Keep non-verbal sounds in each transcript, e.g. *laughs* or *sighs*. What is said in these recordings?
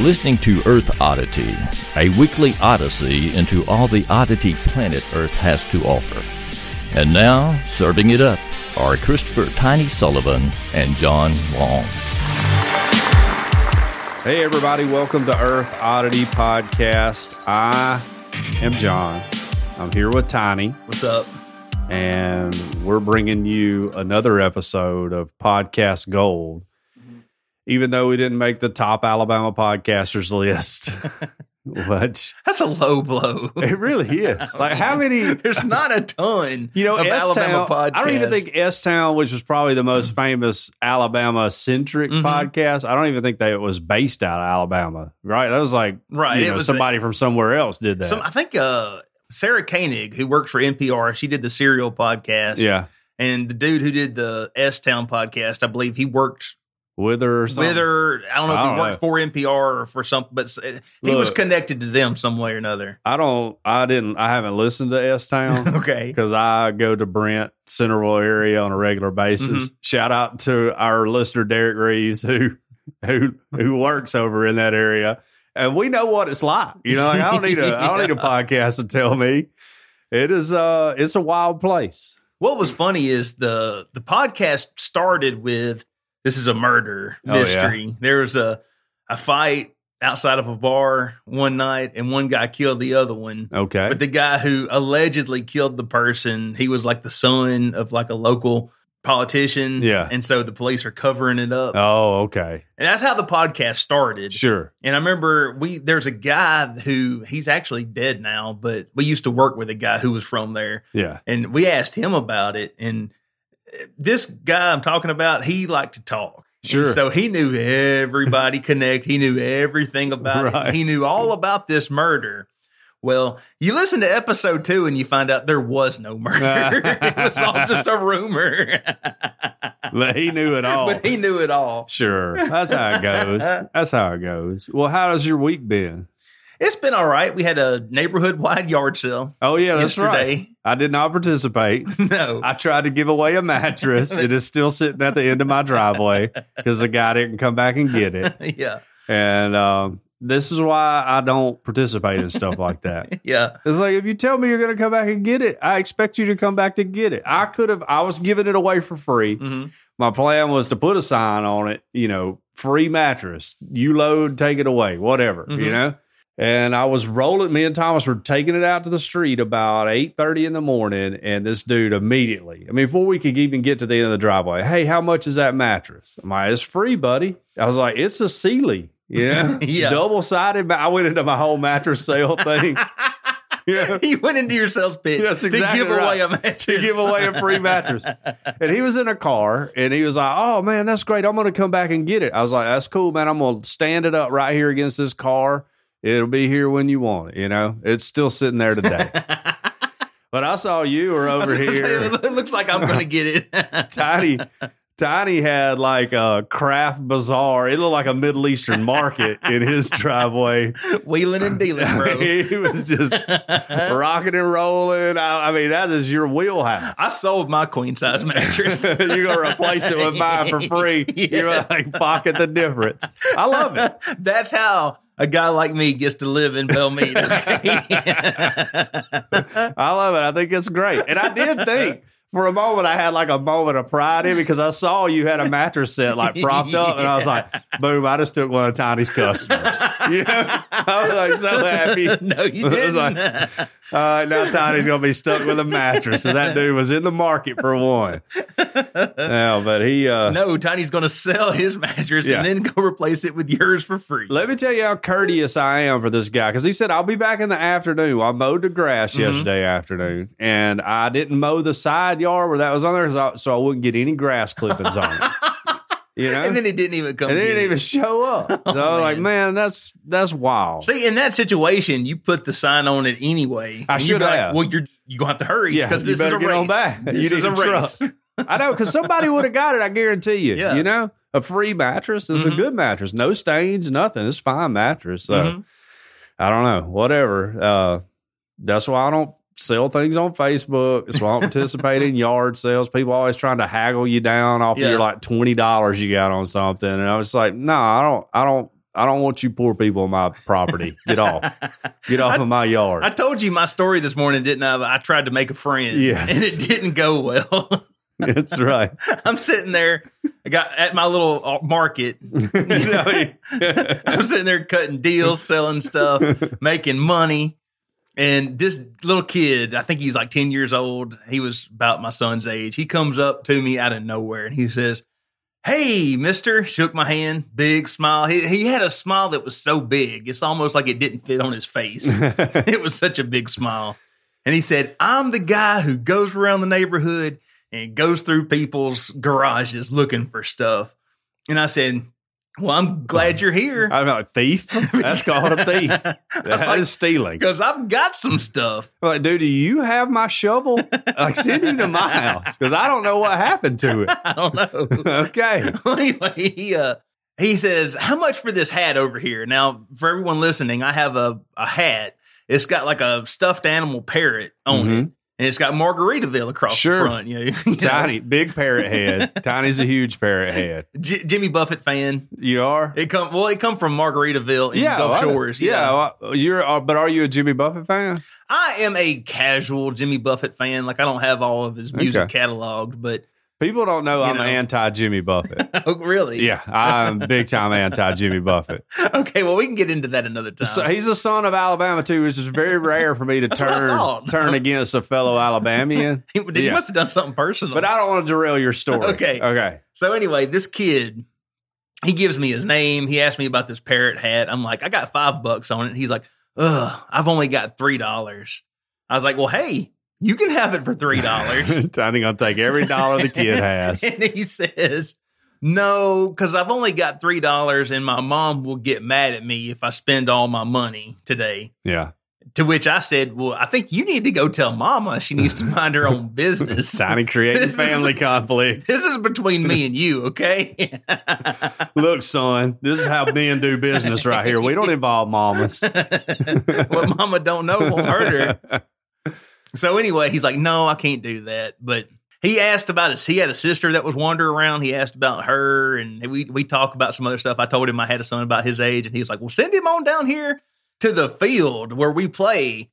listening to Earth Oddity, a weekly odyssey into all the oddity planet Earth has to offer. And now, serving it up are Christopher Tiny Sullivan and John Long. Hey, everybody, welcome to Earth Oddity Podcast. I am John. I'm here with Tiny, What's up? and we're bringing you another episode of Podcast Gold, even though we didn't make the top Alabama podcasters *laughs* list. Which That's a low blow. *laughs* it really is. Like, how *laughs* many There's not a *laughs* ton. You know, of S Alabama Town. podcasts. I don't even think S Town, which was probably the most famous Alabama centric Mhm. podcast, I don't even think that it was based out of Alabama, right? That was like, Right, you it know, was a- somebody from somewhere else did that. Some, I think uh, Sarah Koenig, who worked for NPR, she did the Serial podcast. yeah, And the dude who did the S Town podcast, I believe he worked Wither or with something. her. I don't know I if don't he worked know. for NPR or for something, but s- he was Look. connected to them some way or another. *laughs* I don't. I didn't. I haven't listened to S Town Okay. because I go to Brent Centerville area on a regular basis. Mm-hmm. Shout out to our listener Derek Reeves who who who works over in that area, and we know what it's like. You know, like, I don't need a I don't *laughs* need a podcast to tell me. It is uh it's a wild place. What Mm. was funny is the the podcast started with this is a murder Oh, yeah. mystery. There was a a fight outside of a bar one night, and one guy killed the other one. Okay, But the guy who allegedly killed the person, he was like the son of like a local politician. Yeah. and so the police are covering it up, oh okay, and that's how the podcast started. sure. And I remember we there's a guy who he's actually dead now, but we used to work with a guy who was from there Yeah, and we asked him about it and eh, this guy I'm talking about, he liked to talk. And Sure. so he knew everybody connect. He knew everything about Right. it. He knew all about this murder. Well, you listen to episode two and you find out there was no murder. *laughs* it was all just a *laughs* rumor. *laughs* but he knew it all. *laughs* but he knew it all. sure, that's how it *laughs* goes. That's how it goes. Well, how has your week been? It's been all right. We had a neighborhood wide yard sale Oh yeah, that's right. yesterday. I did not participate. *laughs* No. I tried to give away a mattress. It is still sitting at the end of my driveway because the guy didn't come back and get it. yeah. And um, this is why I don't participate in stuff like that. Yeah. It's like if you tell me you're going to come back and get it, I expect you to come back to get it. I could have. I was giving it away for free. *laughs* Mhm. My plan was to put a sign on it. You know, free mattress. You load, take it away, whatever. You Mhm. know. And I was rolling. Me and Thomas were taking it out to the street about eight thirty in the morning, and this dude immediately. I mean, before we could even get to the end of the driveway, hey, how much is that mattress? I'm like, it's free, buddy. I was like, it's a Sealy. Yeah, Yeah. double sided. I went into my whole mattress sale thing. Yeah. He went into your sales pitch That's exactly to give right. away a mattress. to give away a free mattress. And he was in a car and he was like, Oh man, that's great. I'm gonna come back and get it. I was like, That's cool, man. I'm gonna stand it up right here against this car. It'll be here when you want it, you know. It's still sitting there *laughs* today. but I saw you were I was over gonna say, here. *laughs* it looks like I'm *laughs* going to get it. *laughs* Tiny Tiny had like a craft bazaar. It looked like a Middle Eastern market in *laughs* his driveway. Wheeling and dealing, *laughs* bro. he was *laughs* just rocking and rolling. I, I mean, that is your wheelhouse. I sold my queen size *laughs* mattress. you're gonna replace it with mine for free. You're gonna, like pocket the difference. I love it. That's how a guy like me gets to live in Belmead. *laughs* Okay? I love it. I think it's great. And I did think for a moment I had like a moment of pride in because I saw you had a mattress set like propped up, and I was like, boom! I just took one of Tiny's customers. *laughs* You know, I was like so happy. *laughs* no, you It's didn't. like- All right, now Tiny's gonna be stuck with a mattress, and that dude was in the market for one. Yeah, but he. uh *laughs* no, Tiny's going to sell his mattress Yeah. and then go replace it with yours for free. Let me tell you how courteous I am for this guy because he said I'll be back in the afternoon. I mowed the grass Mhm. yesterday afternoon, and I didn't mow the side yard where that was on there, 'cause I- so I wouldn't get any grass clippings on it. *laughs* You know, and then it didn't even come. And they get didn't it. even show up. So *laughs* I was like, man. man, that's that's wild. See, in that situation, you put the sign on it anyway. I And you'd should be have. well, you're you gonna have to hurry Yeah, because you this is better a get on race. back. This You is need a a truck. race. I know because somebody would have got it. I guarantee you. Yeah. You know, a free mattress. It's a Mhm. good mattress. No stains, nothing. It's fine mattress. So. Mhm. I don't know. Whatever. Uh, that's why I don't sell things on Facebook. That's why I *laughs* don't participate in yard sales. People always trying to haggle you down off Yeah. of your like twenty dollars you got on something, and I was like, no, I don't. I don't. I don't want you poor people on my property. Get *laughs* off. Get off of my yard. I told you my story this morning, didn't I? But I tried to make a friend. Yes. And it didn't go well. *laughs* *laughs* That's right. I'm sitting there. I got at my little uh, market. I'm sitting there cutting deals, selling stuff, making money. And this little kid, I think he's like 10 years old. He was about my son's age. He comes up to me out of nowhere and he says, Hey, mister, shook my hand, big smile. He, he had a smile that was so big, it's almost like it didn't fit on his face. *laughs* it was such a big smile. And he said, I'm the guy who goes around the neighborhood and goes through people's garages looking for stuff. And I said, Well, I'm glad you're here. *laughs* *laughs* I'm a thief. That's called a thief. That is like- stealing. Because I've got some stuff. *laughs* Like, dude, do you have my shovel? Like, send him to *laughs* my house because I don't know what happened to it. I don't know. *laughs* Okay. Well, anyway, he uh he says, How much for this hat over here? Now, for everyone listening, I have a, a hat. It's got like a stuffed animal parrot on it. Mhm. And it's got Margaritaville across Sure. the front. You know, *laughs* you *laughs* know. Tiny, big parrot head. Tiny's a huge parrot head. J- Jimmy Buffett fan. You are? It come well, it come from Margaritaville in well, Gulf I- Shores. Yeah. well, You're, uh, but are you a Jimmy Buffett fan? I am a casual Jimmy Buffett fan. Like I don't have all of his music Okay. cataloged, but *laughs* People don't know You I'm know. anti Jimmy *laughs* Buffett. oh really? yeah. I'm big time anti Jimmy Buffett. *laughs* Okay, well we can get into that another time. *laughs* So he's a son of Alabama too, which is very rare for me to what I turn thought. turn against a fellow Alabamian. he, he yeah. must have done something personal. But I don't want to derail your story. Okay. Okay. *laughs* So anyway, this kid, he gives me his name. He asked me about this parrot hat. I'm like, I got five bucks on it. He's like, Ugh, I've only got three dollars. I was like, Well, hey, you can have it for three dollars. Tiny gonna take every dollar the kid has. *laughs* and he says, No, because I've only got three dollars and my mom will get mad at me if I spend all my money today. Yeah. To which I said, Well, I think you need to go tell mama she needs to mind her own business. *laughs* Tiny creating This is- family conflicts. This is between me and you, okay? *laughs* Look, son, this is how men do business right here. We don't involve *laughs* mamas. what mama don't know won't hurt her. So anyway, he's like, no, I can't do that. But he asked about his. He had a sister that was wandering around. He asked about her, and we we talked about some other stuff. I told him I had a son about his age, and he's like, well, send him on down here to the field where we play.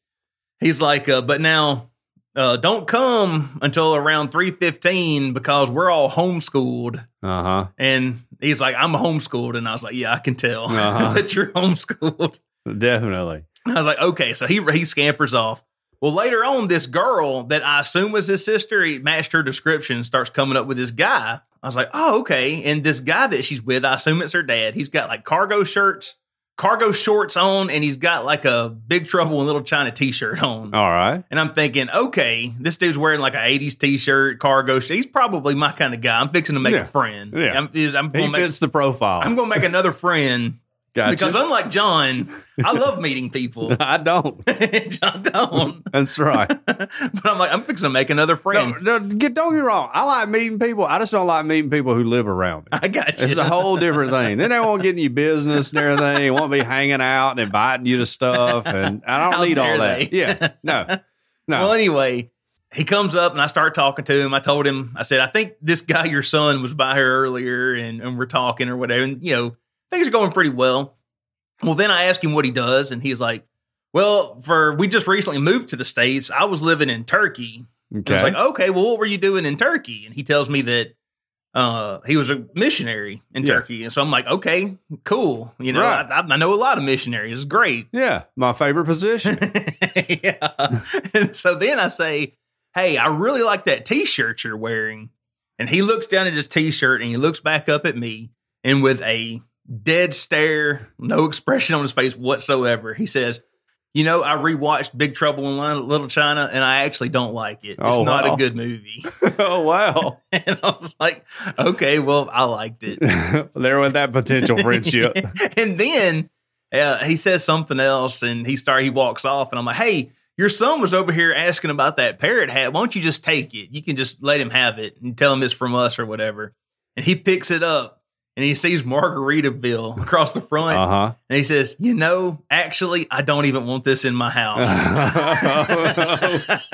He's like, uh, but now. Uh, don't come until around 3.15 because we're all homeschooled Uh huh. and he's like i'm homeschooled and i was like yeah i can tell Uh-huh. *laughs* that you're homeschooled Definitely. and I was like, okay, so he he scampers off. Well, later on, this girl that I assume was his sister, he matched her description, starts coming up with this guy. I was like, oh, okay. And this guy that she's with, I assume it's her dad. He's got like cargo shirts, cargo shorts on, and he's got like a Big Trouble in Little China t shirt on. All right. And I'm thinking, okay, this dude's wearing like an 80s t shirt, cargo sh He's probably my kind of guy. I'm fixing to make Yeah. a friend. Yeah. I'm, is- I'm He going fits the profile. to make another friend gotcha. because, unlike John, I love *laughs* meeting people. I don't. *laughs* John don't. That's *laughs* right. *laughs* Um, but I'm like, I'm fixing to make another No, friend. no, get, don't get me wrong. I like meeting people. I just don't like meeting people who live around me. I got you. It's a whole different thing. Then they won't get in your business and everything. They won't be hanging out and inviting you to stuff. And I don't How need all dare that. they. Yeah. *laughs* No. No. Well, anyway, he comes up and I start talking to him. I told him, I said, I think this guy, your son, was by here earlier and, and we're talking or whatever. And, you know, things are going pretty well. Well, then I ask him what he does. And he's like, well, for we just recently moved to the States. I was living in Turkey And okay. I was like, okay, well, what were you doing in Turkey? And he tells me that uh, he was a missionary in Yeah. Turkey. And so I'm like, okay, cool. You know, Right. I, I know a lot of missionaries. It's great. *laughs* yeah. My favorite position. yeah. and so then I say, hey, I really like that t shirt you're wearing. And he looks down at his t shirt and he looks back up at me. And with a dead stare, no expression on his face whatsoever, he says, you know, I rewatched Big Trouble in Lon- Little China, and I actually don't like it. It's Oh, not wow. a good movie. *laughs* oh, wow. *laughs* And I was like, okay, well, I liked it. *laughs* there with that potential *laughs* friendship. and then uh, he says something else and he start he walks off and I'm like, hey, your son was over here asking about that parrot hat. Why don't you just take it? You can just let him have it and tell him it's from us or whatever. And he picks it up and he sees Margaritaville across the front Uh and he says, you know, actually, *laughs* I don't even want this in my house. huh.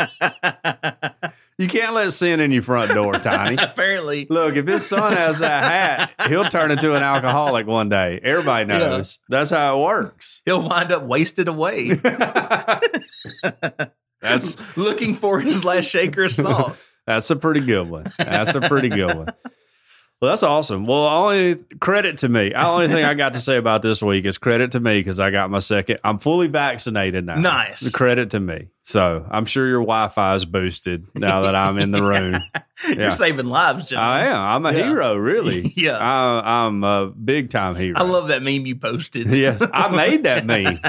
*laughs* You can't let sin in your front door, Tiny. Apparently, Look, if his son has that hat, he'll turn into an alcoholic one day. Everybody Yeah. knows. That's how it works. he'll wind up *laughs* wasted away. That's looking for his last shaker of salt. that's a pretty good one. That's a pretty good one. Well, that's awesome. Well, only credit to me. The only thing I got to say about this week is credit to me because I got my second. I'm fully vaccinated now. Nice. Credit to me. So I'm sure your Wi-Fi is boosted now that I'm *laughs* in the room. Yeah. You're saving lives, John. I am. I'm a Yeah. hero, really. *laughs* Yeah. I, I'm a big time hero. I love that meme you posted. Yes, I made that *laughs* meme.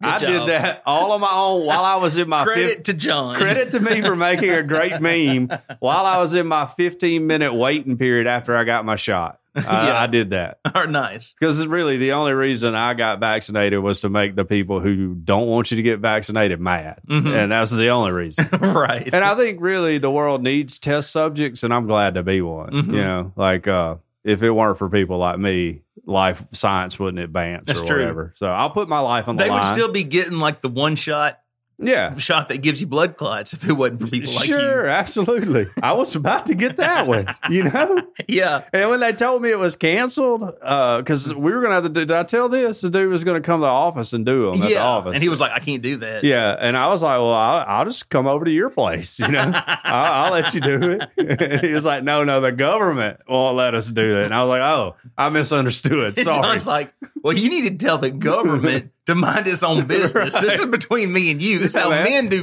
I job. did that all on my own while I was in my Credit fif- to John. *laughs* credit to me for making a great meme while I was in my 15 minute waiting period after I got my shot. I, *laughs* Yeah. I did that *laughs* are nice. because really the only reason I got vaccinated was to make the people who don't want you to get vaccinated mad, Mhm. and that's the only reason. *laughs* right. and I think really the world needs test subjects, and I'm glad to be one. Mhm. You know, like uh, if it weren't for people like me, life science wouldn't advance That's or true. whatever. So I'll put my life on the they line. would still be getting like the one shot yeah. shot that gives you blood clots if it wasn't for people Sure, absolutely. I was about to get that one, you know. like you. *laughs* Yeah. And when they told me it was canceled, because we were gonna have to do. Did I tell this? The dude was gonna come to the office and do them at the yeah. office. And he was like, I can't do that. yeah. And I was like, well, I'll, I'll just come over to your place, you *laughs* know. I'll, I'll let you do it. *laughs* he was like, no, no, the government won't let us do that. And I was like, oh, I misunderstood. *laughs* And Sorry. John's like, well, you need to tell *laughs* the government to mind its own business. This is between me and you. This is Yeah, how man. men do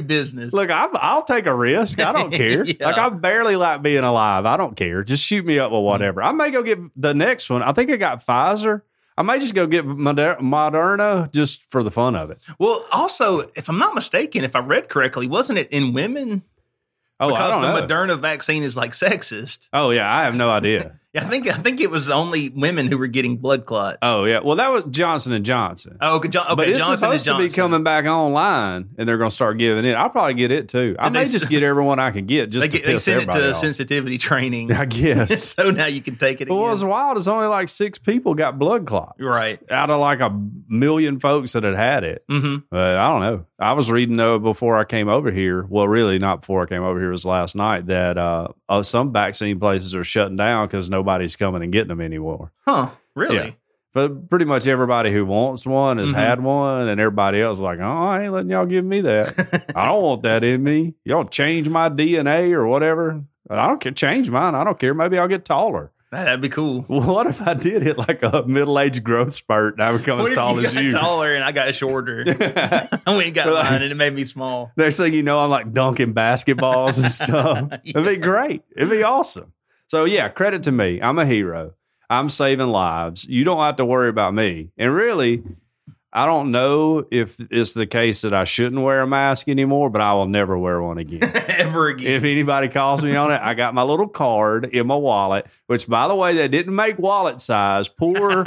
*laughs* business. Look, I'm, I'll take a risk. I don't care. *laughs* Yeah. Like, I barely like being alive. I don't care. Just shoot me up Hmm. with whatever. I may go get the next one. I think I got Pfizer. I may just go get Moder- Moderna just for the fun of it. well, also, if I'm not mistaken, if I read correctly, wasn't it in women? Oh, I because don't know. the Moderna vaccine is like sexist. oh, yeah. I have no *laughs* idea. Yeah, I think I think it was only women who were getting blood clots. oh, yeah. Well, that was Johnson and Johnson. Oh, okay, John, okay but it's Johnson and supposed to Johnson. be coming back online, and they're going to start giving it. I'll probably get it too. I And may they- just get everyone I can get they, just get, to they piss sent it everybody to off. sensitivity training, I guess. *laughs* so now you can take it. But what was Again. wild is only like six people got blood clots, Right. Out of like a million folks that had had it. hmm But I don't know. I was reading though before I came over here. Well, really not before I came over here. It was last night that uh, oh, some vaccine places are shutting down because nobody's coming and getting them anymore. Huh? Really? Yeah. But pretty much everybody who wants one has Mhm. had one, and everybody else is like, oh, I ain't letting y'all give me that. *laughs* I don't want that in me. Y'all change my DNA or whatever. I don't care. Change mine. I don't care. Maybe I'll get taller. That, would be cool. Well, what if I did hit like a middle aged growth spurt and I become What as if tall you as got you? taller and I got *laughs* shorter? *laughs* I went and got We're like- mine, and it made me small. *laughs* Next thing you know, I'm like dunking basketballs and stuff. It'd be great. It'd be awesome. So yeah, credit to me. I'm a hero. I'm saving lives. You don't have to worry about me. And really, I don't know if it's the case that I shouldn't wear a mask anymore, but I will never wear one again. Ever again? if anybody calls me on it, I got my little card in my wallet, which by the way, they didn't make wallet size. *laughs* Poor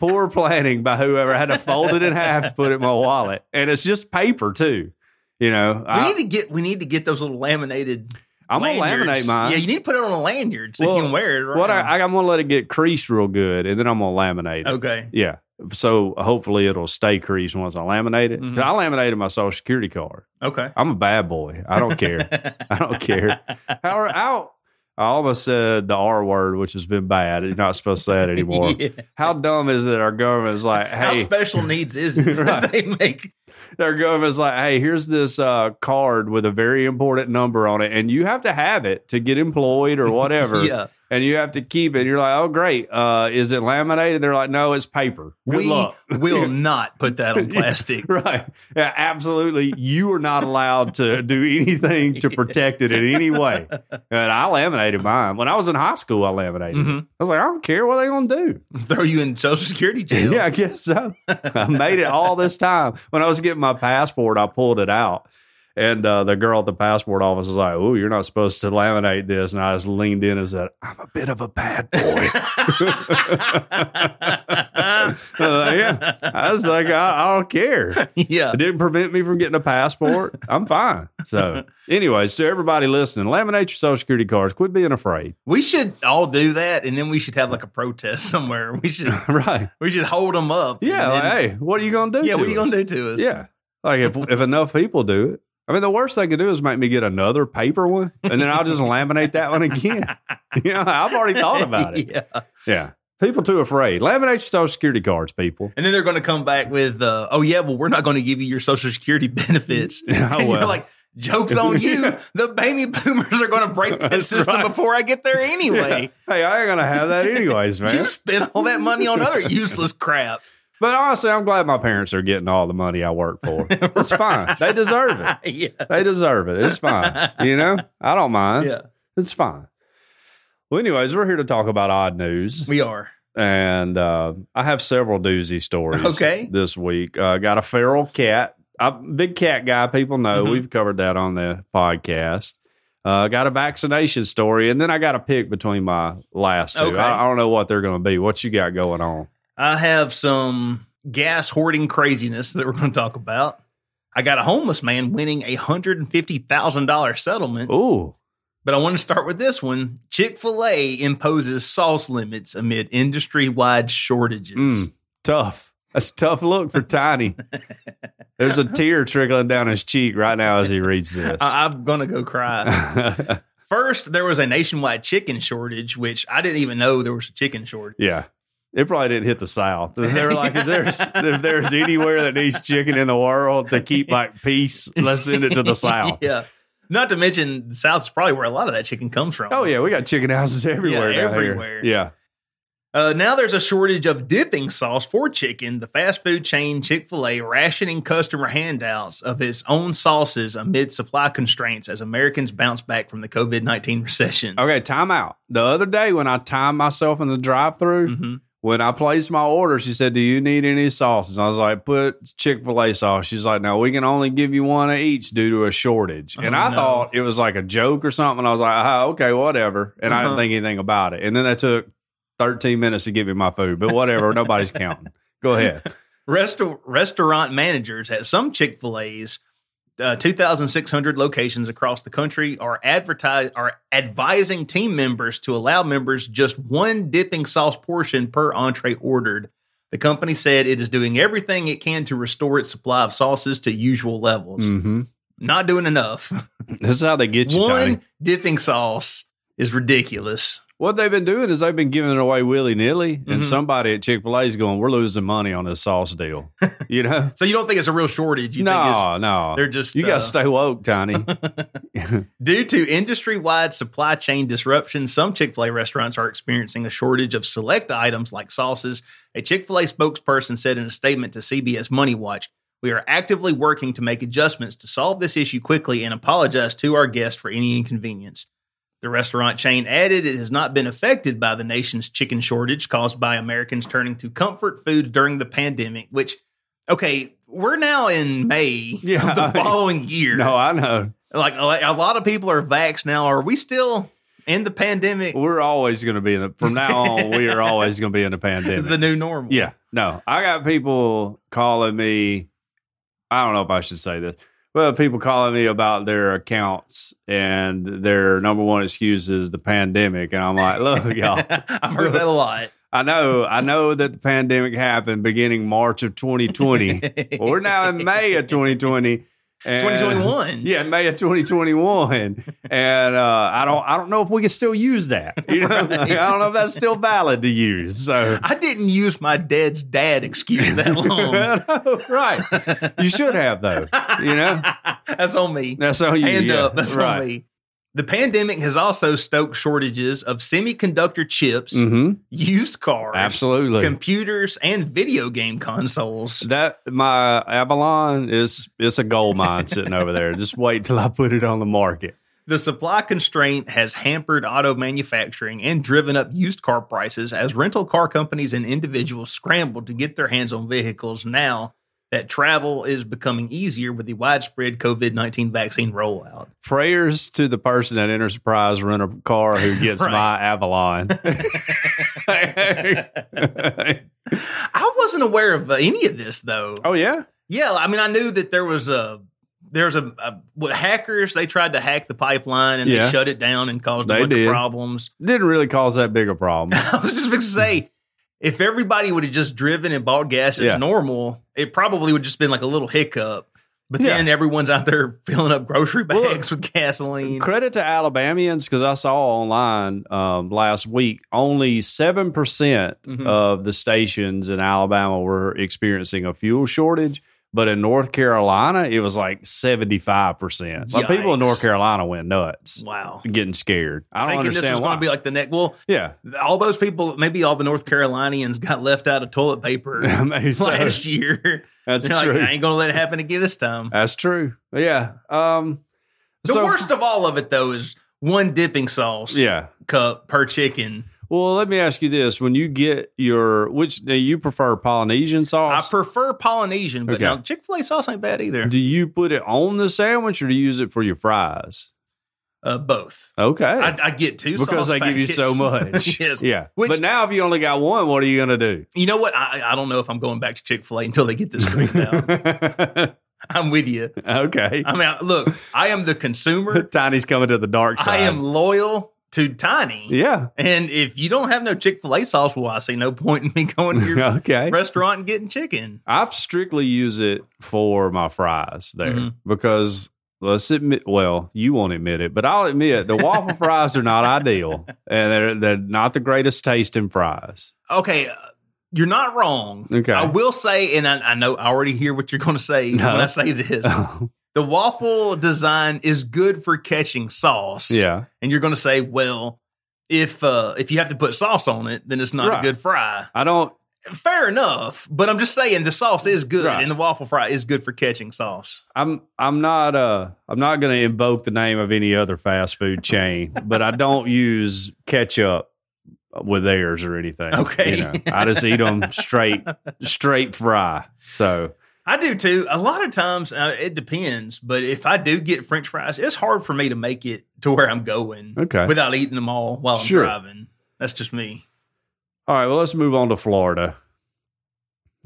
poor planning by whoever had to fold it in half to put it in my wallet. And it's just paper too. You know, we I, need to get we need to get those little laminated. I'm gonna lanyards. laminate mine. Yeah, you need to put it on a lanyard so Well, you can wear it. Right what I, I, I'm gonna let it get creased real good, and then I'm gonna laminate it. okay. Yeah. So hopefully it'll stay creased once I laminate it. Mm-hmm. 'Cause I laminated my social security card. Okay. I'm a bad boy. I don't care. I don't *laughs* care. How how I almost said the R word, which has been bad. You're not supposed to say it anymore. *laughs* Yeah. How dumb is it that our government is like, How hey, special needs is it *laughs* *laughs* Right. that they make? their government's like, hey, here's this uh, card with a very important number on it, and you have to have it to get employed or whatever. *laughs* Yeah. And you have to keep it. You're like, oh, great. Uh, is it laminated? They're like, no, it's paper. Good we luck. *laughs* will not put that on plastic. Right. Yeah, absolutely. You are not allowed to do anything to protect it in any way. And I laminated mine. When I was in high school, I laminated. it. Mhm. I was like, I don't care what they going to do. *laughs* Throw you in social security jail. Yeah, I guess so. I made it all this time. When I was getting my passport, I pulled it out. And uh, the girl at the passport office was like, Oh, you're not supposed to laminate this. And I just leaned in and said, I'm a bit of a bad boy. *laughs* Uh, yeah. I was like, I, I don't care. *laughs* yeah. It didn't prevent me from getting a *laughs* passport. I'm fine. So, anyways, to everybody listening, laminate your social security cards. Quit being afraid. *laughs* We should all do that, and then we should have like a protest somewhere. We should right. we should hold them up. Yeah. and like, then- hey, what are you going to do? yeah. to What are you us? gonna do to us? Yeah. Like if if enough people do it, I mean, the worst they could do is make me get another paper one, and then I'll just laminate that one *laughs* again. You know, I've already thought about it. *laughs* Yeah. Yeah. People too afraid. Laminate your social security cards, people. *laughs* And then they're going to come back with, uh, oh, yeah, well, we're not going to give you your social *laughs* security *laughs* benefits. Yeah, and you're Oh, well. like, *laughs* joke's on you. The baby boomers are going to break that That's system right. before I get there anyway. *laughs* Yeah. Hey, I ain't gonna have that *laughs* anyways, man. You spent all that money on other useless crap. *laughs* but honestly, I'm glad my parents are getting all the money I work *laughs* for. It's fine. They deserve it. yeah. They deserve it. It's fine. You know, I don't mind. Yeah. It's fine. Well, anyways, we're here to talk about odd news, We are. and uh, I have several doozy stories. Okay. this week uh, got a feral cat. i big cat guy. People know Mhm. we've covered that on the podcast. Uh, got a vaccination story, and then I got a pick between my last two. Okay. I, I don't know what they're going to be. What you got going on? I have some gas hoarding craziness that we're going to talk about. I got a homeless man winning a $150,000 settlement, Ooh, but I want to start with this one. Chick fil A imposes sauce limits amid industry wide shortages. Mm. tough. That's a tough look for *laughs* Tiny. There's a tear trickling down his cheek right now as he reads this. *laughs* I- I'm going to *laughs* go cry. First, there was a nationwide chicken shortage, which I didn't even know there was a chicken shortage. yeah. It probably didn't hit the *laughs* South. They were like, if there's if there's anywhere that needs chicken in the world to keep like peace, let's send it to the South. *laughs* yeah. Not to mention, the South's probably where a lot of that chicken comes from. Oh yeah, we got chicken houses everywhere. Yeah, down here. everywhere. Yeah. Uh, now there's a shortage of dipping sauce for chicken. The fast food chain Chick fil A rationing customer handouts of its own sauces amid supply constraints as Americans bounce back from the COVID 19 recession. Okay, time out. The other day when I timed myself in the drive through, Mhm. when I placed my order, she said, Do you need any sauces? I was like, Put Chick fil A sauce. She's like, No, we can only give you one of each due to a shortage. And Oh, I no. thought it was like a joke or something. I was like, ah, Okay, whatever. And I didn't Uh-huh. think anything about it. And then that took 13 minutes to give me my food, but whatever. nobody's counting. Go *laughs* ahead. Resta- restaurant managers at some Chick fil A's. Uh, 2,600 locations across the country are advertise are advising team members to allow members just one dipping sauce portion per entree ordered. The company said it is doing everything it can to restore its supply of sauces to usual levels. Mm-hmm. Not *laughs* doing enough. This is how they get you, Tony. one dipping sauce is ridiculous. What they've been doing is they've been giving it away willy nilly, and Mhm. somebody at Chick fil A is going, We're losing money on this sauce deal. You know? So you don't think it's a real shortage? *laughs* You think it's, no, no. they're just You got uh, to stay woke, Tiny. Due to industry wide supply chain disruption, some Chick fil A restaurants are experiencing a shortage of select items like sauces. A Chick fil A spokesperson said in a statement to CBS Money Watch We are actively working to make adjustments to solve this issue quickly and apologize to our guests for any inconvenience. The restaurant chain added it has not been affected by the nation's chicken shortage caused by Americans turning to comfort foods during the pandemic, which, okay, we're now in May Yeah, of the I mean, following year no, I know. like a a lot of people are vaxxed now. Are we still in the pandemic? We're always going to be in the, from now *laughs* on, we are always going to be in a pandemic. The new normal. yeah. No, I got people calling me. I don't know if I should say this. Well, people calling me about their accounts and their number one excuse is the pandemic. And I'm like, look, *laughs* y'all, *laughs* I've heard that *laughs* a lot. I know, I know that the pandemic happened beginning March of 2020. well, we're now in May of 2020. and- 2021. Yeah, May of 2021, and uh, I don't, I don't know if we can still use that. *laughs* You know, Right. I don't know if that's still valid to use. So, I didn't use my dad's dad excuse *laughs* that long. right, you should have though. You know, That's on me. that's on you. Hand yeah. up. That's on right. me. The pandemic has also stoked shortages of semiconductor chips, hmm used cars, Absolutely. computers, and video game consoles. that my Avalon is it's a gold mine sitting over there. Just wait till I put it on the market. The supply constraint has hampered auto manufacturing and driven up used car prices as rental car companies and individuals scramble to get their hands on vehicles now that travel is becoming easier with the widespread COVID 19 vaccine rollout. prayers to the person at Enterprise rent a car who gets *laughs* Right. my *laughs* Avalon. *laughs* I wasn't aware of uh, any of this though. oh yeah, Yeah, I mean, I knew that there was a. There's a, a what hackers. They tried to hack the pipeline and Yeah. they shut it down and caused a They bunch did. of problems. didn't really cause that big a problem. *laughs* I was just going to say, if everybody would have just driven and bought gas as Yeah. normal, it probably would just been like a little hiccup. But then everyone's out there *laughs* filling up grocery Well, bags with gasoline. Credit to Alabamians because I saw online um, last week only seven percent Mhm. of the stations in Alabama were experiencing a fuel shortage, but in North Carolina it was like seventy five percent. Like people in Yikes. North Carolina went nuts, wow. getting scared. I don't Thinking this understand was why. going to be like the next. Well, yeah, *laughs* all those people, maybe all the North Carolinians got left out of toilet paper Maybe *laughs* so. *laughs* last year. *laughs* that's They're *laughs* like, true. I ain't gonna let it happen again this time. That's true. Yeah. Um, The so- worst of all of it though is one dipping sauce Yeah. cup per chicken. Well, let me ask you this: When you get your which now you prefer Polynesian I sauce, prefer Polynesian, but Okay. now Chick Fil A sauce ain't bad either. do you put it on the sandwich or do you use it for your fries? Uh, both. Okay, I, I get two because sauce they give you packets. so *laughs* much. yes. Yeah, Which- but now if you only got one, what are you gonna do? You know what? I, I don't know if I'm going back to Chick Fil A until they get this straightened *laughs* out. I'm with you. okay, I mean, look, I am the consumer. Tiny's coming to the dark *laughs* I side. am loyal to Tiny. *laughs* Yeah. And if you don't have no Chick Fil A sauce, well, I see no point in me *laughs* going to your okay. restaurant and getting chicken. I've strictly use it for my fries there Mhm. because let's admit, well, you won't admit it, but I'll admit the waffle fries are not ideal and they're, they're not the greatest taste in fries. *laughs* Okay, uh, you're not wrong. Okay. I will say, and I, I know I already hear what you're going to say No. when I *laughs* say this. the waffle design is good for catching sauce. yeah. and you're going to say, well, if uh, if you have to put sauce on it, then it's not Right. a good fry. I don't, Fair enough, but I'm just saying the sauce is good, Right. and the waffle fry is good for catching sauce. I'm, I'm not, uh, I'm not going to invoke the name of any other fast food chain, but I don't use ketchup with theirs or anything. Okay. You know, I just eat them straight, straight fry. So, I do too. A lot of times uh, it depends, but if I do get French fries, it's hard for me to make it to where I'm going okay. without eating them all while Sure. I'm driving. That's just me. *laughs* All right, well, let's move on to Florida.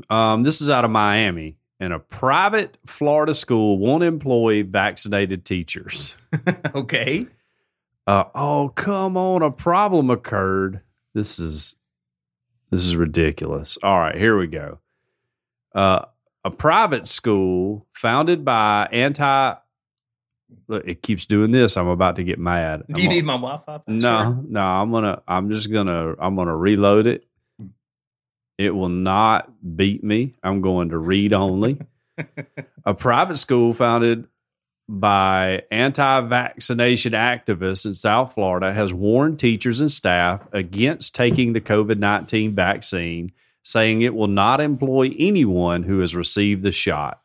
Um, this is out of Miami. In a private Florida school, won't employ vaccinated teachers. Okay. Uh, oh, come on! A problem occurred. This is this is ridiculous. All right, here we go. Uh, a private school founded by anti. Look, it keeps doing this. I'm about to get mad. Do you I'm need my Wi Fi? no, no, I'm gonna I'm just gonna I'm gonna reload it. It will not beat me. I'm going to read only. a private school founded by anti vaccination activists in South Florida has warned teachers and staff against taking the COVID 19 vaccine, saying it will not employ anyone who has received the shot.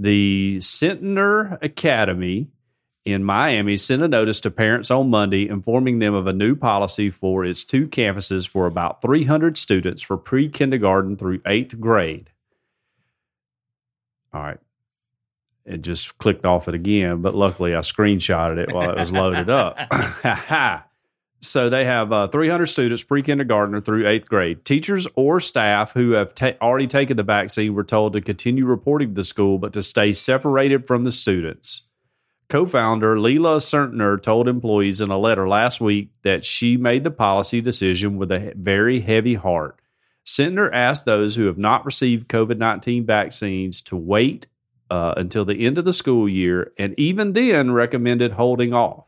The Centner Academy in Miami sent a notice to parents on Monday informing them of a new policy for its two campuses for about 300 students for pre kindergarten through eighth grade. All right. It just clicked off it again, but luckily I screenshotted it while it was loaded up. *laughs* so they have uh, 300 students pre kindergartner through eighth grade. Teachers or staff who have ta- already taken the vaccine were told to continue reporting to the school, but to stay separated from the students co-founder Leila Certner told employees in a letter last week that she made the policy decision with a he- very heavy heart. Certner asked those who have not received COVID-19 vaccines to wait uh, until the end of the school year and even then recommended holding off.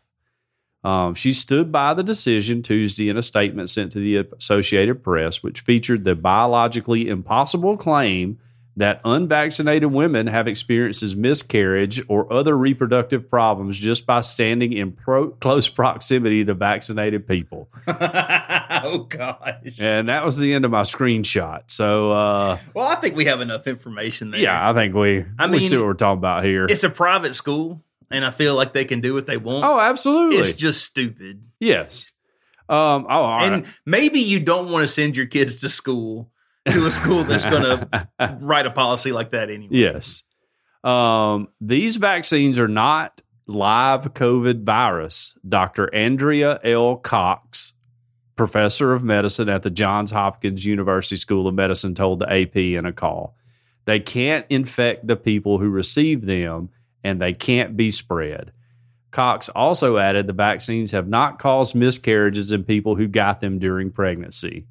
Um, she stood by the decision Tuesday in a statement sent to the Associated Press, which featured the biologically impossible claim that unvaccinated women have experiences miscarriage or other reproductive problems just by standing in pro- close proximity to vaccinated people. *laughs* oh, gosh. And that was the end of my screenshot. So, uh, Well, I think we have enough information there. yeah, I think we I we mean, see what we're talking about here. It's a private school, and I feel like they can do what they want. Oh, absolutely. it's just stupid. yes. Um, oh, all right. and maybe you don't want to send your kids to school to a school that's going to *laughs* write a policy like that anyway. Yes. Um, these vaccines are not live COVID virus. Dr. Andrea L. Cox, professor of medicine at the Johns Hopkins University School of Medicine, told the AP in a call. They can't infect the people who receive them and they can't be spread. Cox also added the vaccines have not caused miscarriages in people who got them during pregnancy.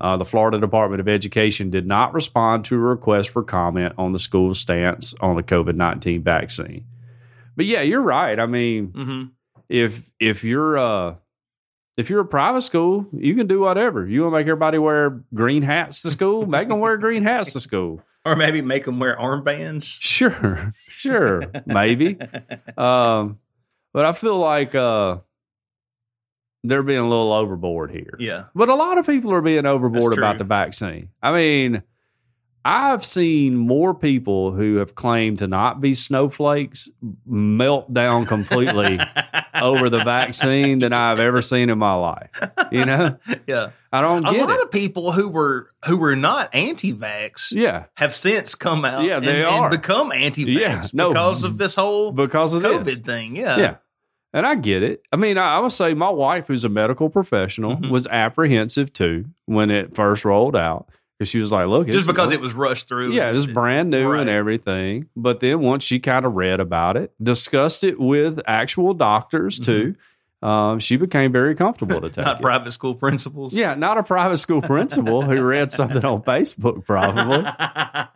Uh, the Florida Department of Education did not respond to a request for comment on the school's stance on the COVID 19 vaccine. But yeah, you're right. I mean, Mm-hmm. if if you're uh if you're a private school, you can do whatever. You want to make everybody wear green hats to school, make them wear green hats to school. Or maybe make them wear armbands. Sure, sure, maybe. Um, but I feel like uh, they're being a little overboard here. yeah. But a lot of people are being overboard That's about true. the vaccine. I mean, I've seen more people who have claimed to not be snowflakes melt down completely over the vaccine than I've ever seen in my life. You know, *laughs* Yeah. I don't A get lot it. of people who were who were not anti-vax yeah, have since come out Yeah, and, they and are. become anti-vax Yeah, no. because of this whole because of COVID this. thing. Yeah. Yeah. And I get it. I mean, I, I would say my wife, who's a medical professional, Mhm. was apprehensive too when it first rolled out because she was like, "Look, Just because it was rushed through. yeah, it's brand new and Right. everything." But then once she kind of read about it, discussed it with actual doctors too, um, she became very comfortable to take Mm-hmm. *laughs* not it. private school principals. *laughs* yeah, not a private school principal who read something on Facebook, probably. *laughs*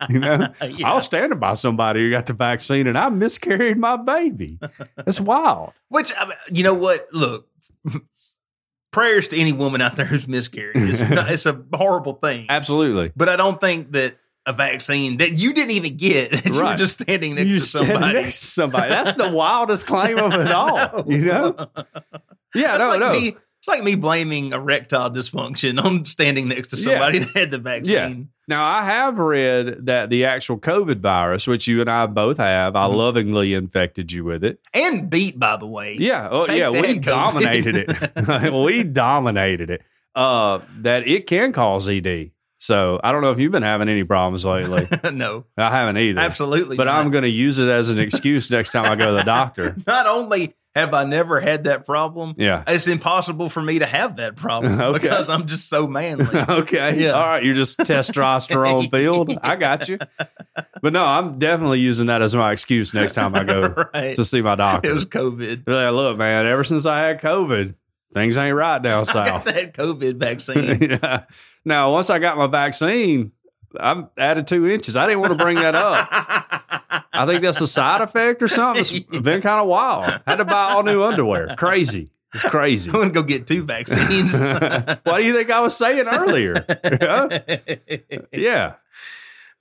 You know, I Yeah. was standing by somebody who got the vaccine and I miscarried my baby. That's wild. Which I mean, you know what? Look, *laughs* prayers to any woman out there who's *laughs* miscarried. It's, not, it's a horrible thing. Absolutely. But I don't think that a vaccine that you didn't even get. *laughs* That You were Right. just standing next you to stand somebody. next to somebody. That's *laughs* the wildest claim of it all. You know? Yeah, That's no, like no. me. It's like me blaming erectile dysfunction on standing next to Yeah. somebody that had the vaccine. Now I have read that the actual COVID virus, which you and I both have, I Mhm. lovingly infected you with it. And beat, by the way. Yeah. Oh Take yeah, that, we COVID. dominated *laughs* it. *laughs* we dominated it. Uh that it can cause ED. So I don't know if you've been having any problems *laughs* lately. no, I haven't either. absolutely. But not. I'm gonna use it as an excuse next time I go to the doctor. *laughs* Not only have I never had that problem, Yeah. *laughs* it's impossible for me to have that problem Okay. because I'm just *laughs* so manly. *laughs* okay. Yeah. All right. You're just *laughs* testosterone filled. I got you. But no, I'm definitely using that as my excuse next time I go *laughs* right. to see my It doctor. was COVID. Be like, Look, man, ever since I had COVID, things ain't right down *laughs* I got south. that COVID *laughs* vaccine. *laughs* yeah. Now, once I got my vaccine, I'm added two inches. I didn't want to bring that up. I think that's a side effect or something. *laughs* It's been kind of wild. Had to buy all new underwear. Crazy. It's crazy. *laughs* I'm going to go get two vaccines. *laughs* what do you think I was saying earlier? Yeah. yeah.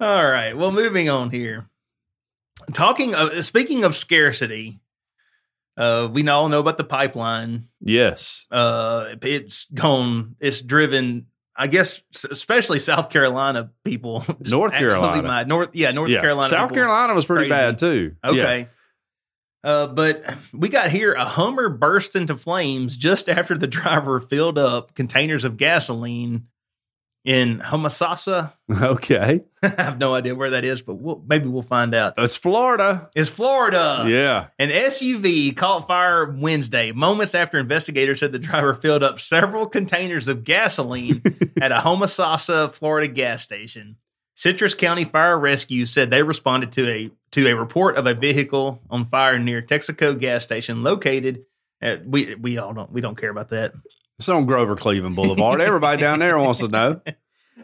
All right. Well, moving on here. Talking of speaking of scarcity, uh, we all know about the pipeline. Yes. Uh, it's gone. It's driven. I guess, s- especially South Carolina people. *laughs* just North absolutely Carolina. mad. North, yeah, North Carolina. South people. Carolina was pretty Crazy. bad too. Okay. Uh, but we got here a Hummer burst into flames just after the *laughs* driver filled up containers of gasoline in Homosassa. *laughs* Yeah. *laughs* Okay. I have no idea where that is, but we'll, maybe we'll find out. That's Florida. It's Florida. yeah. An SUV caught fire Wednesday, moments after investigators said the driver filled up several containers of gasoline at a Homosassa, Florida gas station. Citrus County Fire Rescue said they responded to a to a report of a vehicle on fire near Texaco gas station located at we we all don't we don't care about that. It's on Grover Cleveland Boulevard. Everybody down there wants to know.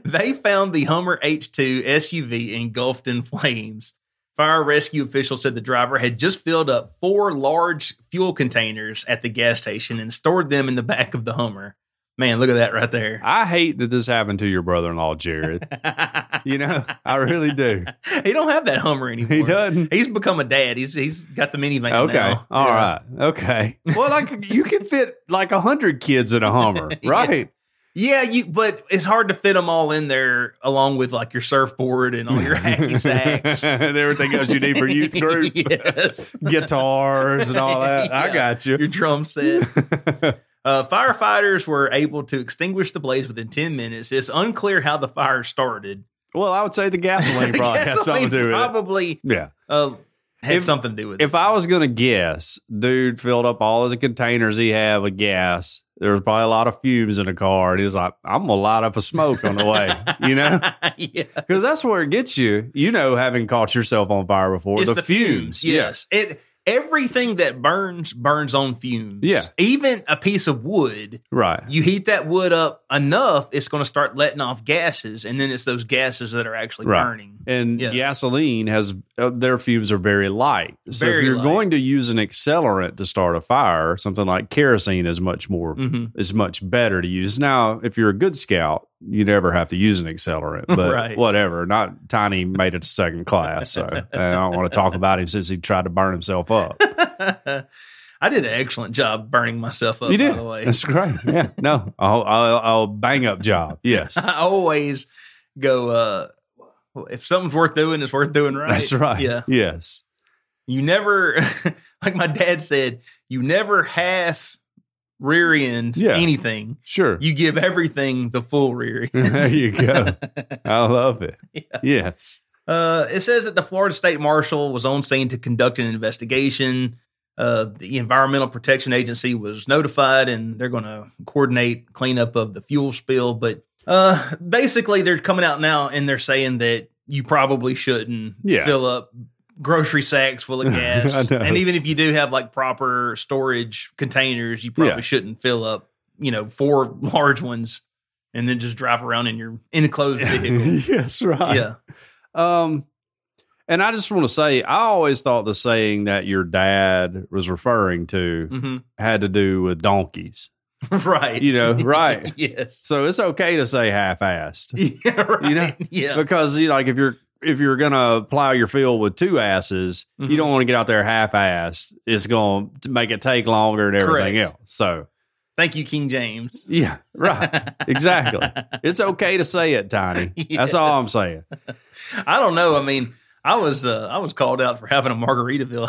They found the Hummer H2 SUV engulfed in flames. Fire rescue officials said the driver had just filled up four large fuel containers at the gas station and stored them in the back of the Hummer. Man, look at that *laughs* right there. I hate that this happened to your brother-in-law, Jared. You *laughs* know, I really do. he don't have that Hummer anymore. He doesn't. He's become a dad. He's he's got the minivan. Okay. now. All Yeah. right. Okay. Well, like you can fit like a hundred kids in a *laughs* Hummer, right? Yeah, you. But it's hard to fit them all in there, along with like your surfboard and *laughs* all your hacky sacks. and everything else you need for *laughs* youth group, *laughs* yes. guitars and all that. I Yeah. got you. your *laughs* drum set. uh, firefighters were able to extinguish the blaze within 10 minutes. It's unclear how the *laughs* fire started. Well, I would say *laughs* the gasoline The *laughs* probably had something to do gasoline with it. Probably Yeah. uh, had If- something to do with it. If I was gonna guess, dude filled up all of the containers he had with gas. There was probably a lot of fumes in the car, and he was like, "I'm gonna light up a smoke on the way," you know, *laughs* yeah. because that's where it gets you. You know, having caught yourself on fire before, It's the, fumes. Yeah. Yes. It everything that burns burns on fumes. Yeah. Even a piece of wood, Right. you heat that wood up enough, it's going to start letting off gases, and then it's those gases that are actually Right. burning. And Yeah. gasoline has uh, their fumes are very light. So Very if you're light. going to use an accelerant to start a fire, something like kerosene is much more Mhm. is much better to use. Now, if you're a good scout, you never have to use an *laughs* accelerant, but Right. whatever. Not Tiny made it to second class, *laughs* so and I don't want to talk about him since he tried to burn himself up. Mm-hmm. *laughs* I did an excellent job burning myself up. you by did. *laughs* the way, That's great. Yeah. No, I'll, I'll, I'll bang up job. Yes. *laughs* I always go. uh well, if something's worth doing, it's worth doing right. That's right. Yeah. Yes. You never, *laughs* like my dad said, you never half rear end Yeah. anything. Sure. You give everything the full rear *laughs* end. there you go. I love it. *laughs* Yeah. Yes. Uh, it says that the Florida State Marshal was on scene to conduct an investigation. Uh, the Environmental Protection Agency was notified, and they're going to coordinate cleanup of the fuel spill. But uh, basically, they're coming out now and they're saying that you probably shouldn't Yeah. fill up grocery sacks full of gas, *laughs* I know. and even if you do have like proper storage containers, you probably Yeah. shouldn't fill up, you know, four *laughs* large ones and then just drive around in your enclosed *laughs* vehicle. yes, right. yeah. Um, and I just want to say, I always thought the saying that your dad was referring to hmm had to do with donkeys. *laughs* right. You know, right? *laughs* yes. so it's okay to say half-assed Yeah, *laughs* right. *laughs* You know, yeah. because you know, like if you're if you're gonna plow your field with two asses, Mhm. you don't want to get out there half-assed. It's going to make it take longer and everything Correct. else. So Thank you, King James. yeah, right. exactly. It's okay to say it, Tiny. *laughs* That's all I'm Yes. *laughs* saying. I don't know. I mean, I was uh, I was called out for having a Margaritaville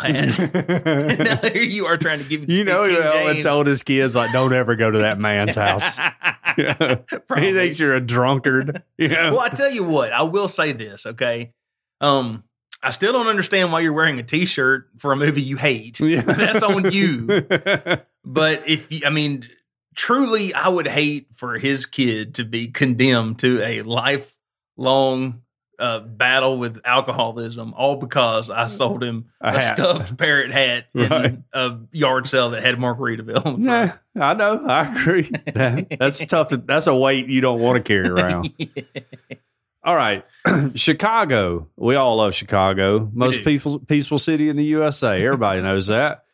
*laughs* hat. *laughs* and now here you are trying to give You know, King Ellen James. *laughs* told his kids like, "Don't ever go to that man's house." *laughs* Yeah. Probably. He thinks you're a drunkard. *laughs* Yeah, well, I tell you what, I will say this, okay? Um, I still don't understand why you're wearing a T-shirt for a movie you hate. yeah. That's on you. *laughs* yeah, But if you, I mean, truly, I would hate for his kid to be condemned to a lifelong uh, battle with alcoholism, all because I sold him A a, hat. stuffed *laughs* parrot hat in Right. a yard sale that had Margaritaville. *laughs* on the front. I know. I agree. That- *laughs* that's tough. To, that's a weight you don't want to carry around. All right, *clears throat* Chicago. We all love Chicago. Most do. peaceful, peaceful city in the USA. Everybody knows that.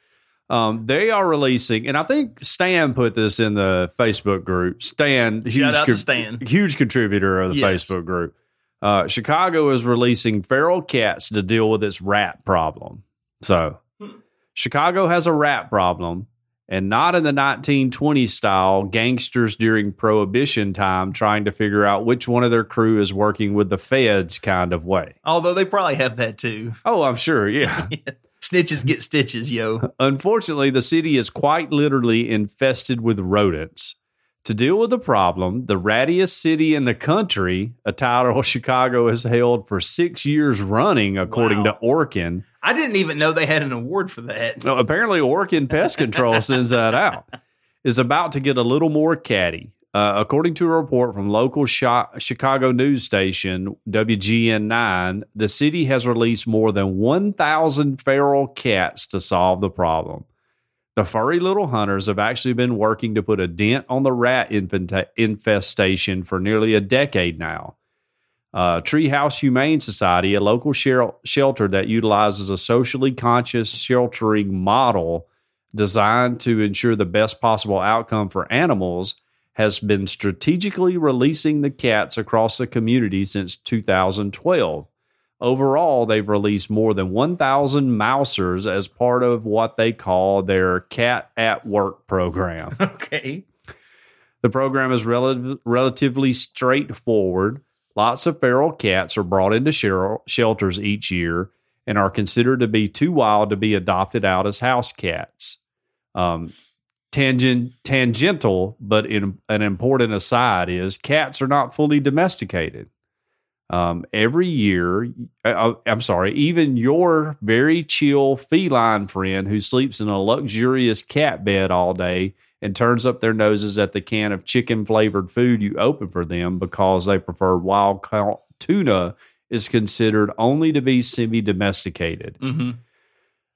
Um, they are releasing, and I think Stan put this in the Facebook group. Stan, Shout huge out to con- Stan. huge contributor of the Yes. Facebook group. Uh, Chicago is releasing feral cats to deal with its rat problem. So, Hmm. Chicago has a rat problem, and not in the 1920s style gangsters during Prohibition time trying to figure out which one of their crew is working with the feds kind of way. Although they probably have that too. Oh, I'm sure. Yeah. Snitches get *laughs* stitches, yo. Unfortunately, the city is quite literally infested with rodents. To deal with the problem, the rattiest city in the country, a title *laughs* Chicago has held for six years running, according Wow. to Orkin. I didn't even know they had an award for that. *laughs* No, apparently, Orkin Pest Control sends that out. Is about to get a little more catty. Uh, according to a report from local Chi- Chicago news station WGN9, the city has released more than 1,000 feral cats to solve the problem. The furry little hunters have actually been working to put a dent on the rat infanta- infestation for nearly a decade now. Uh, Treehouse Humane Society, a local shel- shelter that utilizes a socially conscious sheltering model designed to ensure the best possible outcome for animals, has been strategically releasing the cats across the community since 2012. Overall, they've released more than 1,000 mousers as part of what they call their Cat at Work program. Okay. The program is rel- relatively straightforward. Lots of feral cats are brought into shel- shelters each year and are considered to be too wild to be adopted out as house cats. Um, tangent, tangential, but in, an important aside is cats are not fully domesticated. Um, every year, uh, I'm sorry, even your very chill feline friend who sleeps in a luxurious cat bed all day and turns up their noses at the can of chicken flavored food you open for them because they prefer wild caught tuna is considered only to be semi domesticated. hmm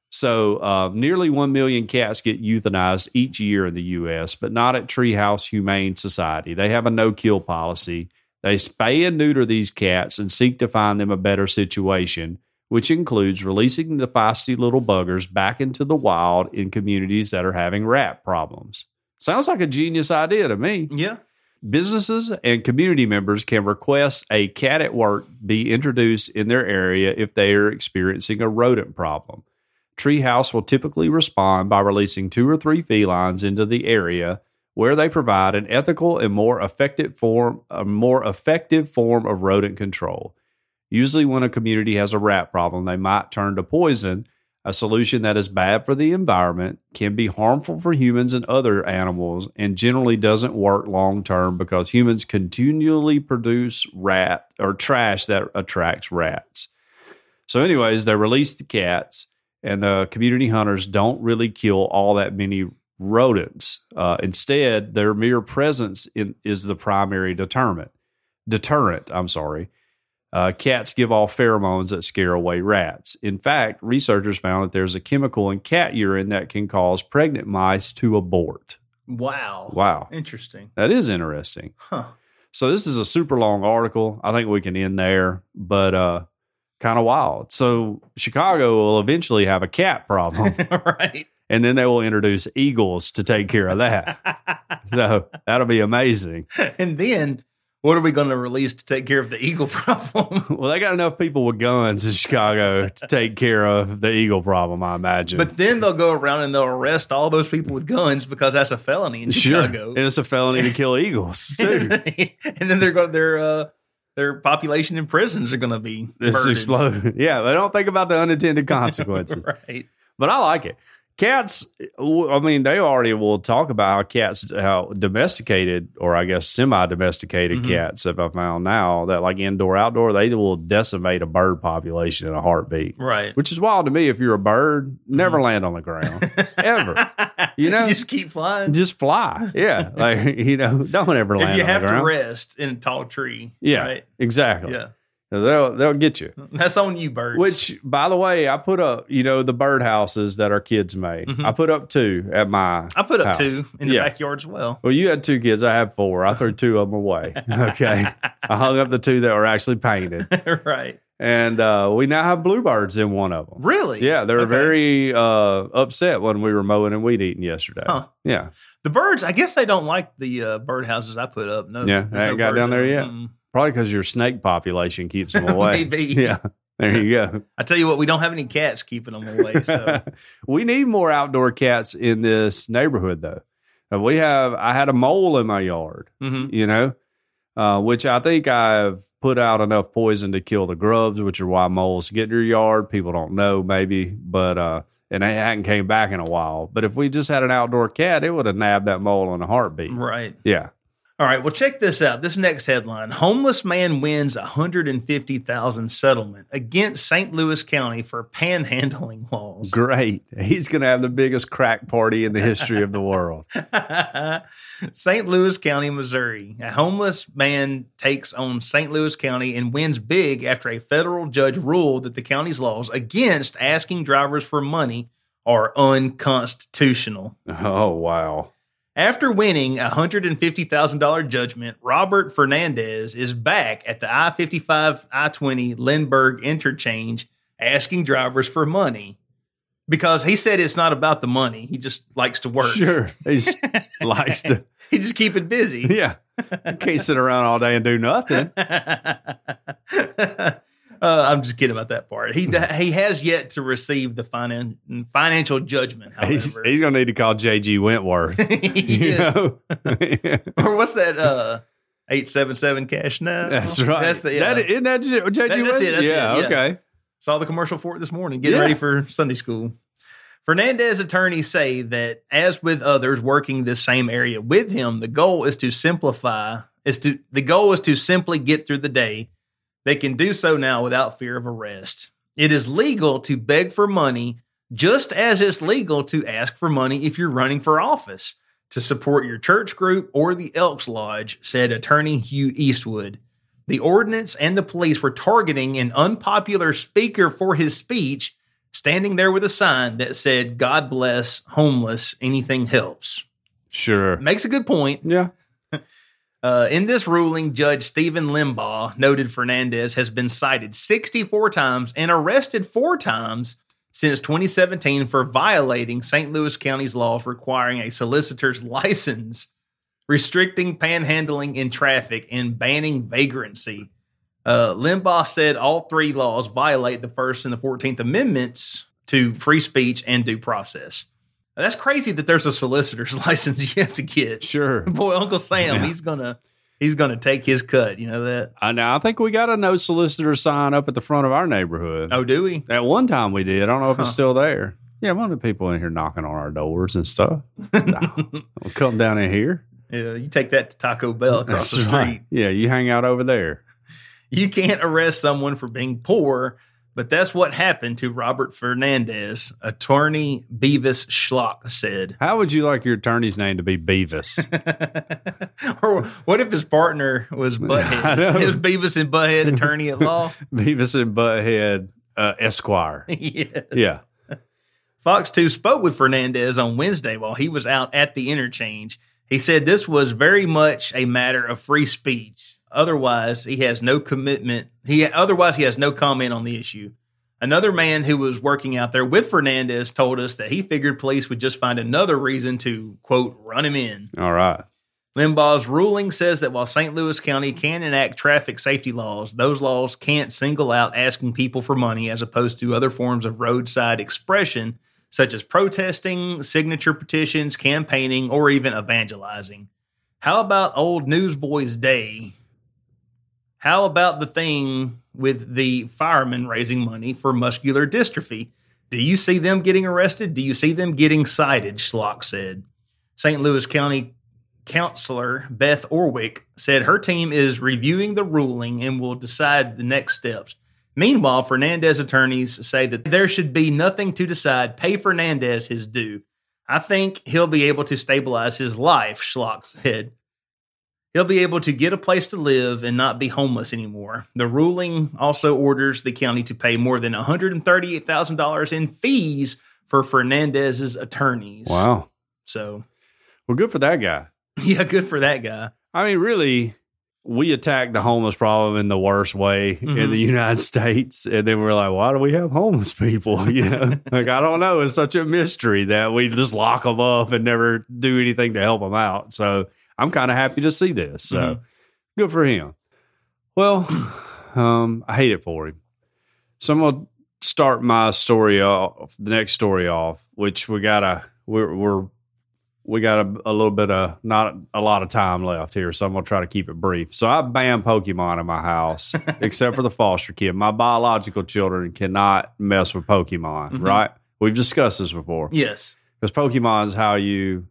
So, uh, nearly 1 million cats get euthanized each year in the U.S., but not at Treehouse Humane Society. They have a no kill policy. They spay and neuter these cats and seek to find them a better situation, which includes releasing the feisty little buggers back into the wild in communities that are having rat problems. Sounds like a genius idea to me. Yeah. Businesses and community members can request a cat at work be introduced in their area if they are experiencing a rodent problem. Treehouse will typically respond by releasing two or three felines into the area where they provide an ethical and more effective form a more effective form of rodent control. Usually when a community has a rat problem, they might turn to poison, a solution that is bad for the environment, can be harmful for humans and other animals, and generally doesn't work long term because humans continually produce rat or trash that attracts rats. So, anyways, they release the cats, and the community hunters don't really kill all that many rodents. Uh, instead, their mere presence in, is the primary deterrent. Deterrent, I'm sorry. Uh, cats give off pheromones that scare away rats. In fact, researchers found that there's a chemical in cat urine that can cause pregnant mice to abort. Wow. Wow, Interesting. that is interesting. Huh. *laughs* So this is a super long article. I think we can end there, but uh, kind of wild. So Chicago will eventually have a cat problem, right. and then they will introduce eagles to take care of that. so that'll be amazing. *laughs* and then what are we going to release to take care of the eagle *laughs* problem? Well, they got enough people with guns in Chicago to take care of the eagle problem, I imagine. but then they'll go around and they'll arrest all those people with guns because that's a felony in Chicago. *laughs* and it's a felony to kill eagles too. and then they're going their uh, their population in prisons are going to be It's burdened. exploded. Yeah, they don't think about the unintended consequences. *laughs* right. but I like it. Cats, w- I mean, they already will talk about how cats, how domesticated or I guess semi domesticated Mhm. cats, if I found now that like indoor, outdoor, they will decimate a bird population in a heartbeat, Right. which is wild to me. If you're a bird, Mm-hmm. never land on the *laughs* ground, ever. You know- just keep flying. Just fly. Yeah. Like, *laughs* you know, don't ever land if you on have the to ground. rest in a tall tree. yeah. Right. Exactly. Yeah. They'll, they'll get you. That's on you, birds. Which, by the way, I put up, you know, the birdhouses that our kids made. Mhm. I put up two at my I put up house. two in the Yeah. backyard as well. *laughs* Well, you had two kids. I had four. I threw two of them away. Okay. I hung up the two that were actually painted. right. And uh, we now have bluebirds in one of them. Really? Yeah. They were Okay. very uh, upset when we were mowing and weed eating yesterday. Huh. Yeah. The birds, I guess they don't like the uh, birdhouses I put up. No, Yeah, there's they ain't got birds down there in yet. *laughs* Mm. Probably because your snake population keeps *laughs* them away. Maybe. *laughs* Yeah. There you go. I tell you what, we don't have any cats keeping them away. *laughs* So we need more outdoor cats in this neighborhood, though. And we have, I had a mole in my yard. Mhm. you know, uh, which I think I've put out enough poison to kill the grubs, which are why moles get in your yard. People don't know, maybe, but uh, and they hadn't came back in a while. But if we just had an outdoor cat, it would have nabbed that mole in a heartbeat. right. Yeah, All right. Well, check this out. This next headline: Homeless man wins 150,000 settlement against St. Louis County for panhandling laws. great. He's gonna have the biggest crack party in the history of the world. *laughs* St. Louis County, Missouri. A homeless man takes on St. Louis County and wins big after a federal judge ruled that the county's laws against asking drivers for money are unconstitutional. *laughs* Oh wow. After winning a $150,000 judgment, Robert Fernandez is back at the I 55 I 20 Lindbergh interchange asking drivers for money because he said it's not about the money. He just likes to work. Sure, he *laughs* likes to. *laughs* He just keep it busy. Yeah, can't sit around all day and do *laughs* nothing. uh, I'm just kidding about that *laughs* part. He he has yet to receive the finan- financial judgment, He's, however. he's gonna need to call JG Wentworth. *laughs* He you is. *laughs* know? Or what's that? Uh, eight seven seven cash now. That's right. That's the yeah. That, isn't that J- JG That- that's it, Wentz? that's it, yeah, yeah. okay. Saw the commercial for it this morning. Getting Yeah. ready for Sunday school. Fernandez attorneys say that as with others working this same area with him, the goal is to simplify. Is to the goal is to simply get through the day. They can do so now without fear of arrest. It is legal to beg for money, just as it's legal to ask for money if you're running for office to support your church group or the Elks Lodge, said attorney Hugh Eastwood. The ordinance and the police were targeting an unpopular speaker for his speech, standing there with a sign that said, God bless, homeless, anything helps. Sure. Makes a good point. Yeah. Uh, in this ruling, Judge Stephen Limbaugh noted Fernandez has been cited 64 times and arrested four times since 2017 for violating St. Louis County's laws requiring a solicitor's *laughs* license, restricting panhandling in traffic, and banning vagrancy. Uh, Limbaugh said all three laws violate the First and the 14th Amendments to free speech and due process. Now, That's crazy that there's a solicitor's *laughs* license you have to get Sure. boy uncle sam Yeah. he's gonna he's gonna take his cut you know that I know. I think we got a no solicitor sign up at the front of our neighborhood. oh do we At one time we did. I don't know if it's Huh. still there. Yeah, one of the people in here knocking on our doors and *laughs* stuff. no, Don't come down in here. yeah you take that to taco bell across the That's street right. Yeah, you hang out over there. you can't arrest someone for being poor but that's what happened to robert fernandez attorney beavis *laughs* schlock said How would you like your attorney's name to be Beavis? or what if his partner *laughs* was I know. butthead it was beavis and butthead attorney at law *laughs* Beavis and Butthead uh, Esquire. yes. Yeah. Fox 2 spoke with Fernandez on Wednesday while he was out at the interchange. He said this was very much a matter of free speech. Otherwise, he has no commitment. He otherwise he has no comment on the issue. Another man who was working out there with Fernandez told us that he figured police would just find another reason to quote run him in. All right. Limbaugh's ruling says that while St. Louis County can enact traffic safety laws, those laws can't single out asking people for money as opposed to other forms of roadside expression, such as protesting, signature petitions, campaigning, or even evangelizing. How about old Newsboys Day? How about the thing with the firemen raising money for muscular dystrophy? Do you see them getting arrested? Do you see them getting cited? Schlock said. St. Louis County counselor Beth Orwick said her team is reviewing the ruling and will decide the next steps. Meanwhile, Fernandez attorneys say that there should be nothing to decide. Pay Fernandez his due. I think he'll be able to stabilize his life, Schlock said. He'll be able to get a place to live and not be homeless anymore. The ruling also orders the county to pay more than $138,000 in fees for Fernandez's attorneys. Wow. So, Well, good for that guy. *laughs* yeah, good for that guy. I mean, really, we attacked the homeless problem in the worst way in Mhm. the United *laughs* States. And then we're like, why do we have homeless people? *laughs* You know, like, I don't know. It's such a mystery that we just lock them up and never do anything to help them out. So I'm kind of happy to see this. So Mhm. good for him. Well, *sighs* um, I hate it for him. So I'm going to start my story off, the next story off, which we got to, we're, we're, we got a, a little bit of not a lot of time left here, so I'm gonna try to keep it brief. So I ban Pokemon in my *laughs* house, except for the foster kid. My biological children cannot mess with Pokemon, Mhm. right? We've discussed this before Yes. because Pokemon is how you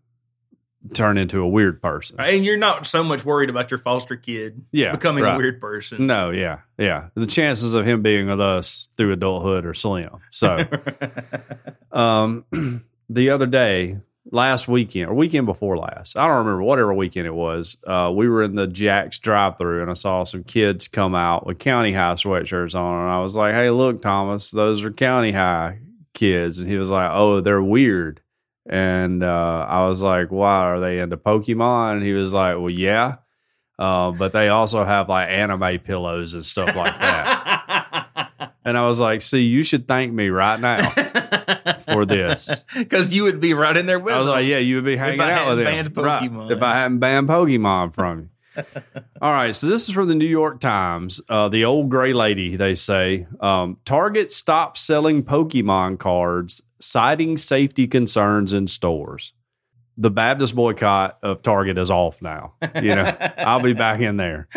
turn into a weird person. And you're not so much worried about your foster kid Yeah, becoming right. a weird *laughs* person. No, yeah, yeah. The chances of him being with us through adulthood are slim. So. um, *clears throat* the other day, last weekend or weekend before last, I don't remember whatever weekend it was. Uh, we were in the Jack's drive-through, and I saw some kids come out with county high sweatshirts on, and I was like, "Hey, look, Thomas, those are county high kids," and he was like, "Oh, they're weird." And uh, I was like, "Why are they into Pokemon?" And he was like, "Well, yeah, uh, but they also have like anime pillows and stuff like *laughs* that." and I was like, "See, you should thank me right now." for this. Because you would be right in there with I was them. like, yeah, you would be hanging I out with them. hadn't banned Right. Pokemon. If I hadn't banned Pokemon from you. *laughs* All right, so this is from the New York Times. Uh, the old gray lady, they say, um, Target stopped selling Pokemon cards, citing safety concerns in stores. The Baptist boycott of Target is off now. You *laughs* know, I'll be back in there.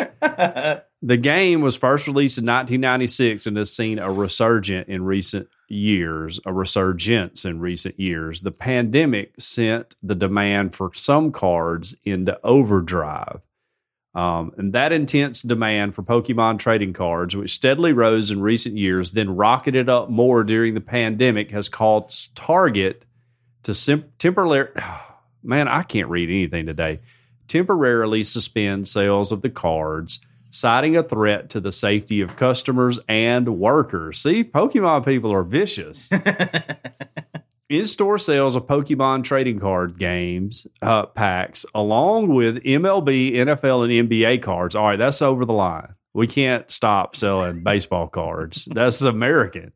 The game was first released in 1996 and has seen a resurgent in recent years, a resurgence in recent years. The pandemic sent the demand for some cards into overdrive. Um, and that intense demand for Pokemon trading cards, which steadily rose in recent years, then rocketed up more during the pandemic, has caused Target to sim- *sighs* temporarily. Man, I can't read anything today. Temporarily suspend sales of the cards citing a threat to the safety of customers and workers. See, Pokemon people are vicious. In store sales of Pokemon trading card games uh, packs, along with MLB, NFL, and NBA cards. All right, that's over the line. We can't stop selling baseball cards. That's American.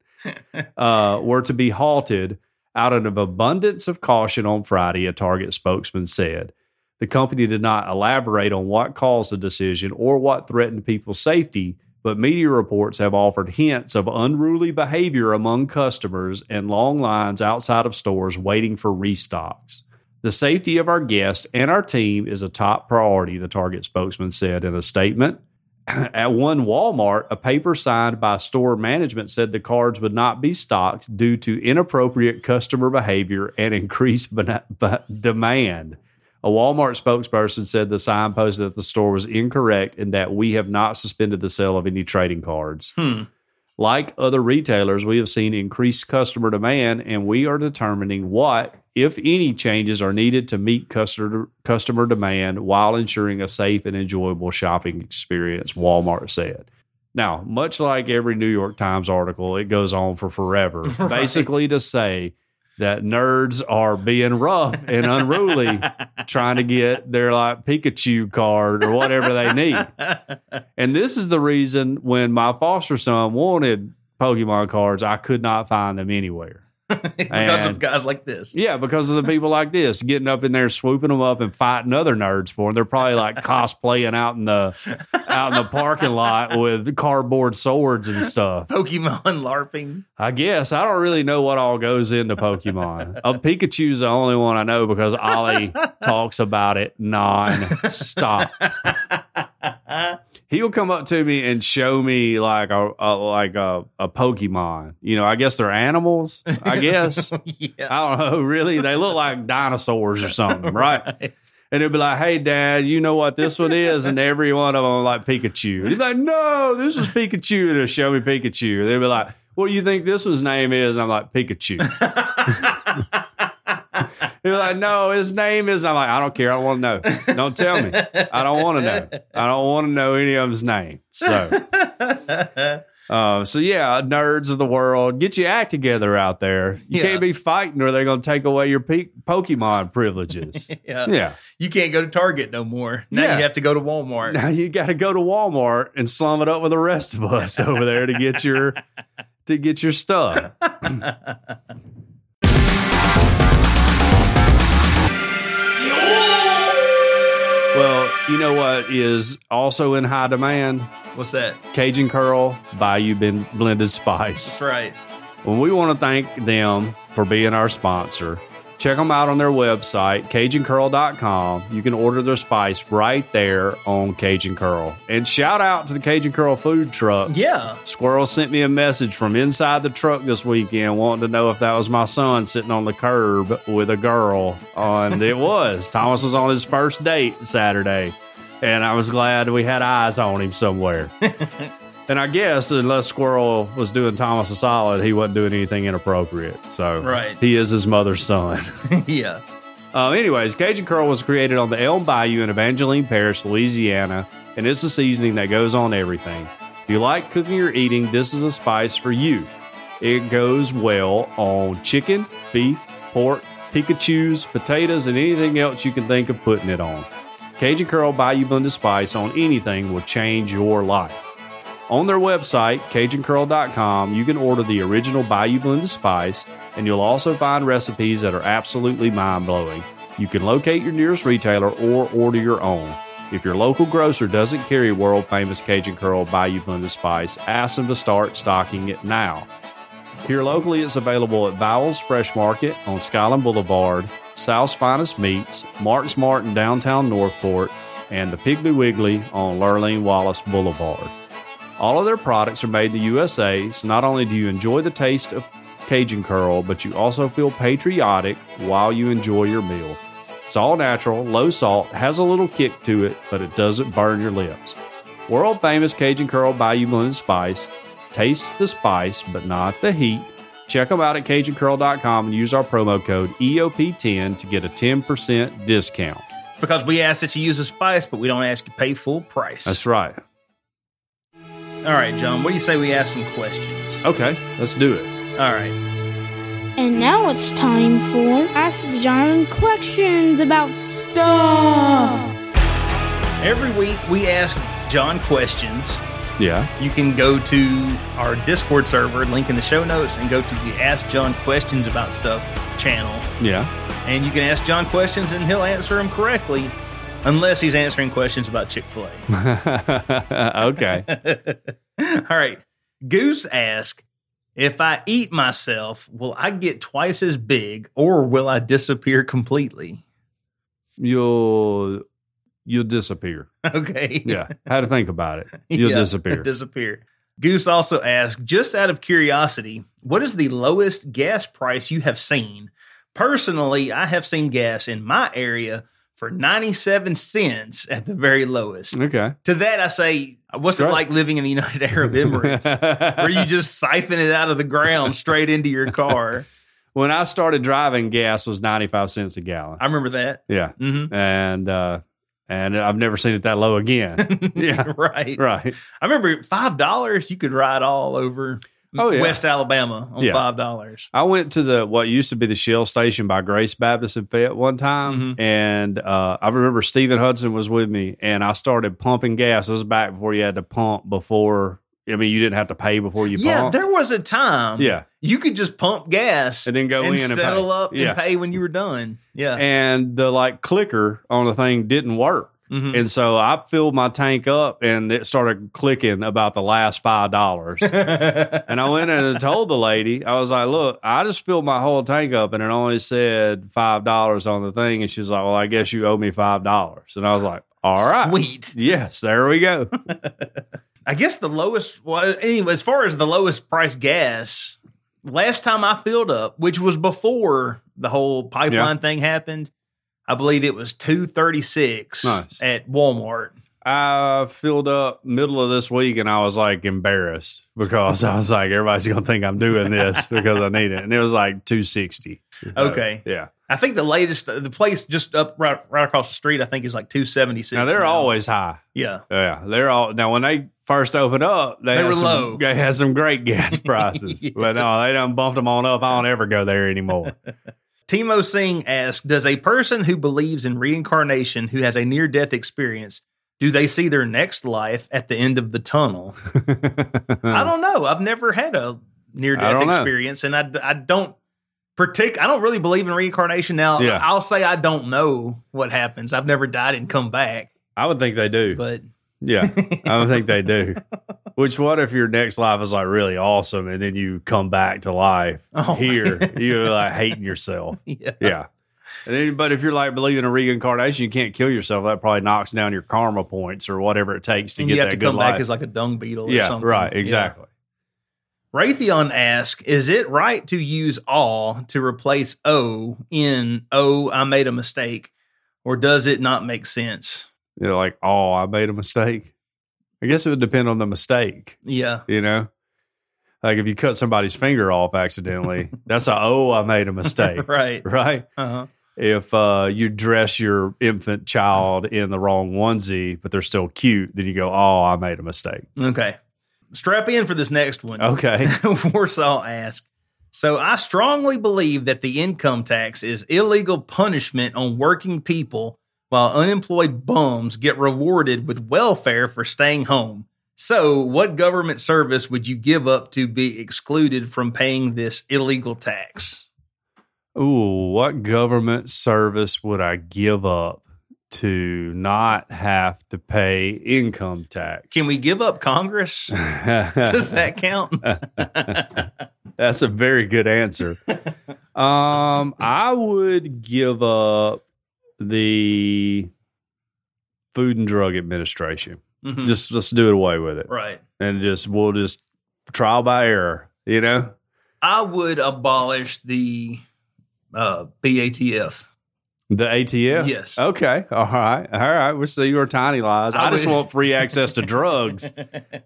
Uh, were to be halted out of an abundance of caution on Friday, a Target spokesman said. The company did not elaborate on what caused the decision or what threatened people's safety, but media reports have offered hints of unruly behavior among customers and long lines outside of stores waiting for restocks. The safety of our guests and our team is a top priority, the Target spokesman said in a statement. *clears throat* At one Walmart, a paper signed by store management said the cards would not be stocked due to inappropriate customer behavior and *laughs* increased bena- b- demand. A Walmart spokesperson said the sign posted at the store was incorrect and that we have not suspended the sale of any trading cards. *laughs* Hmm. Like other retailers, we have seen increased customer demand and we are determining what, if any, changes are needed to meet customer, customer demand while ensuring a safe and enjoyable shopping experience, Walmart said. Now, much like every New York Times article, it goes on for forever, Right. basically to say that nerds are being rough and unruly trying to get their like Pikachu card or whatever they need. And this is the reason when my foster son wanted Pokemon cards, I could not find them anywhere. because And- of guys like this. Yeah, because of the people like this getting up in there, swooping them up, and fighting other nerds for them. They're probably like cosplaying out in the out in the parking lot with cardboard swords and stuff. Pokemon LARPing. *laughs* I guess I don't really know what all goes into Pokemon. uh, Pikachu's the only one I know because Ollie talks about it non-stop. He'll come up to me and show me like a, a like a, a Pokemon. You know, I guess they're animals. I guess yeah. I don't know. *laughs* Really, they look like dinosaurs or something, right? And it'll be like, "Hey, Dad, you know what this one is?" And every one of them like Pikachu. And he's like, "No, this is Pikachu." And they'll show me Pikachu. And they'll be like, "What do you think this one's name is?" And I'm like, "Pikachu." He's like, "No, his name is." I'm like, "I don't care. I don't want to know. Don't tell me. I don't want to know. I don't want to know any of his name." *laughs* So, uh, so yeah, nerds of the world, get your act together out there. You Yeah. can't be fighting, or they're going to take away your pe- Pokemon privileges. *laughs* yeah. yeah. You can't go to Target no more. Now Yeah. you have to go to Walmart. Now you got to go to Walmart and slum it up with the rest of us over there to get your to get your stuff. well, you know what is also in high demand? What's that? Cajun Curl Bayou Ben Blended Spice. That's right. Well, we want to thank them for being our sponsor. Check them out on their website, CajunCurl.com. You can order their spice right there on Cajun Curl. And shout out to the Cajun Curl food truck. Yeah. *laughs* Squirrel sent me a message from inside the truck this weekend wanting to know if that was my son sitting on the curb with a girl. And it was. Thomas was on his first date Saturday. And I was glad we had eyes on him somewhere. and I guess unless Squirrel was doing Thomas a solid, he wasn't doing anything inappropriate. So Right. he is his mother's son. yeah. Uh, anyways, Cajun Curl was created on the Elm Bayou in Evangeline Parish, Louisiana, and it's the seasoning that goes on everything. If you like cooking or eating, this is a spice for you. It goes well on chicken, beef, pork, Pikachu's, potatoes, and anything else you can think of putting it on. Cajun Curl Bayou Blended Spice on anything will change your life. On their website, CajunCurl.com, you can order the original Bayou Blended Spice, and you'll also find recipes that are absolutely mind blowing. You can locate your nearest retailer or order your own. If your local grocer doesn't carry world famous Cajun Curl Bayou Blended Spice, ask them to start stocking it now. Here locally, it's available at Bowles Fresh Market on Skyland Boulevard, South's Finest Meats, Mark's Mart in downtown Northport, and the Piggly Wiggly on Lurleen Wallace Boulevard. All of their products are made in the USA, so not only do you enjoy the taste of Cajun Curl, but you also feel patriotic while you enjoy your meal. It's all natural, low salt, has a little kick to it, but it doesn't burn your lips. World famous Cajun Curl Bayou Blended Spice. Taste the spice, but not the heat. Check them out at CajunCurl.com and use our promo code E EOP10 to get a 10% discount. Because we ask that you use a spice, but we don't ask you pay full price. That's right. All right, John, what do you say we ask some questions? Okay, let's do it. All right. And now it's time for Ask John questions about stuff. Every week we ask John questions. Yeah. You can go to our Discord server, link in the show notes, and go to the Ask John Questions About Stuff channel. Yeah. And you can ask John questions and he'll answer them correctly, unless he's answering questions about Chick fil A. *laughs* okay. All right. Goose asks, if I eat myself, will I get twice as big or will I disappear completely? *laughs* You'll you'll disappear. Okay. Yeah. How to think about *laughs* it. You'll Yeah, disappear. *laughs* Disappear. Goose also asked, just out of curiosity, what is the lowest gas price you have seen? Personally, I have seen gas in my area for 97 cents at the very lowest. okay. To that, I say, what's it Sure. like living in the United *laughs* Arab Emirates? where you just siphon it out of the ground straight into your car. when I started driving, gas was ninety five cents a gallon. I remember that. Yeah. hmm And uh and I've never seen it that low *laughs* again. *laughs* yeah. Right. Right. I remember five dollars. You could ride all over Oh, yeah. West Alabama on Yeah. five dollars. I went to the what used to be the Shell station by Grace Baptist in Fayette one time, Mm-hmm. and uh, I remember Stephen Hudson was with me, and I started pumping gas. This was back before you had to pump. Before I mean, you didn't have to pay before you Yeah, pumped. there was a time. yeah, you could just pump gas and then go and in and settle pay. up Yeah. and pay when you were done. Yeah, *laughs* and the like clicker on the thing didn't work. Mhm. And so I filled my tank up and it started clicking about the last five dollars. and I went in and told the lady, I was like, look, I just filled my whole tank up and it only said five dollars on the thing. And she's like, Well, I guess you owe me five dollars. And I was like, All right. sweet. Yes, there we go. I guess the lowest. Well, anyway, as far as the lowest price gas, last time I filled up, which was before the whole pipeline thing happened, I believe it was two thirty six Nice. at Walmart. I filled up middle of this week and I was like embarrassed because I was like, everybody's gonna think I'm doing this because I need it. And it was like two sixty. Okay. Yeah. I think the latest, the place just up right, right across the street, I think is like two seventy six. Now they're always high. yeah. Yeah, they're all now. When they first opened up, they, They had were some, *laughs* low. They had some great *laughs* gas prices, Yeah. but no, they done bumped them on up. I don't ever go there *laughs* anymore. Timo Singh asks, does a person who believes in reincarnation, who has a near death experience, do they see their next life at the end of *laughs* the tunnel? I don't know. I've never had a near I death don't know. experience, and I, d- I don't partic- I don't really believe in reincarnation. Now, Yeah. I'll say I don't know what happens. I've never died and come back, I would think they do. but *laughs* yeah, I would think they do. Which what if your next life is like really awesome, and then you come back to life Oh. *laughs* here, you're like hating yourself. yeah. Yeah. And then, but if you're like believing in reincarnation, you can't kill yourself. That probably knocks down your karma points or whatever it takes to and get you have that to good come life. back as like a dung beetle or yeah, something. right, Yeah. exactly. Raytheon asks, is it right to use all to replace O in oh I made a mistake, or does it not make sense? you know, like, oh, I made a mistake. I guess it would depend on the mistake, Yeah. *laughs* you know? Like if you cut somebody's finger off *laughs* accidentally, that's a, oh, I made a mistake, Right. right? Uh-huh. If uh, you dress your infant child in the wrong onesie, but they're still cute, then you go, oh, I made a mistake. Okay. Strap in for this next one. *laughs* Okay. Warsaw asked. So I strongly believe that the income tax is illegal punishment on working people while unemployed bums get rewarded with welfare for staying home. So what government service would you give up to be excluded from paying this illegal tax? Ooh, what government service would I give up to not have to pay income tax? *laughs* Can we give up Congress? Does that count? That's a very good answer. um, I would give up the Food and Drug Administration. Mhm. Just let's do it away with it, right. and just we'll just trial by error. You know, I would abolish the uh, BATF. the ATF. Yes. Okay. All right. All right. We see your tiny lies. I, I just would- want free access to drugs.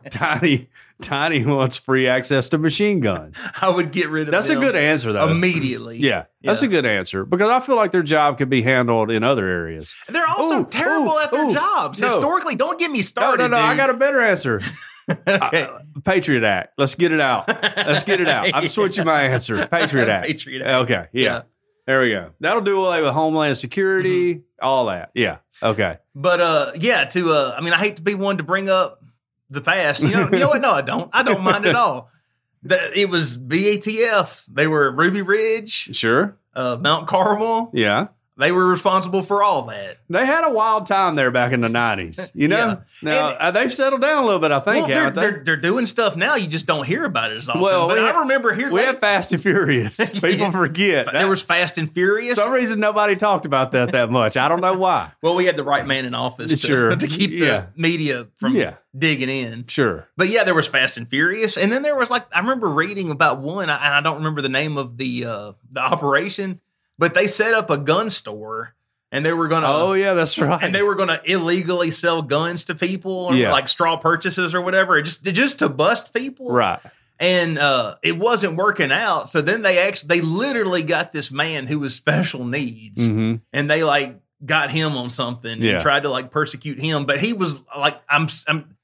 tiny, tiny wants free access to machine guns. I would get rid of That's a them good answer, though. immediately. Yeah, that's Yeah. a good answer because I feel like their job could be handled in other areas. They're also Ooh, terrible ooh, at their ooh. jobs. No. Historically, don't get me started. no, no, no, I *laughs* dude. got a better answer. okay. Uh, Patriot Act. Let's get it out. Let's get it *laughs* out. I'm switching my answer. Patriot Act. Patriot Act. Okay. Yeah. Yeah. There we go. That'll do away with Homeland Security, Mm-hmm. all that. Yeah. Okay. But uh, yeah, to uh, I mean, I hate to be one to bring up the past. You know, you know what? No, I don't. I don't mind at all. *laughs* That it was BATF. They were Ruby Ridge, Sure. uh, Mount Carmel. Yeah. They were responsible for all that. They had a wild time there back in the 90s, you know? Yeah. Now, And- uh, they've settled down a little bit, I think. well, they're, haven't they? they're they're doing stuff now. You just don't hear about it as often. Well, Well, but we I had- remember here we they- had Fast and *laughs* Furious. People Yeah. forget. there That- was Fast and Furious. some reason nobody talked about that that much. I don't know why. Well, we had the right man in office to, Sure. *laughs* to keep the Yeah. media from Yeah. digging in. Sure. But yeah, there was Fast and Furious, and then there was like I remember reading about one, I- and I don't remember the name of the uh, the operation, but they set up a gun store, and they were gonna oh, yeah, that's right. and they were gonna illegally sell guns to people, or Yeah. like straw purchases or whatever, just just to bust people, right. and uh, it wasn't working out. So then they actually they literally got this man who was special needs, Mm-hmm. and they like got him on something Yeah. and tried to like persecute him but he was like i'm i'm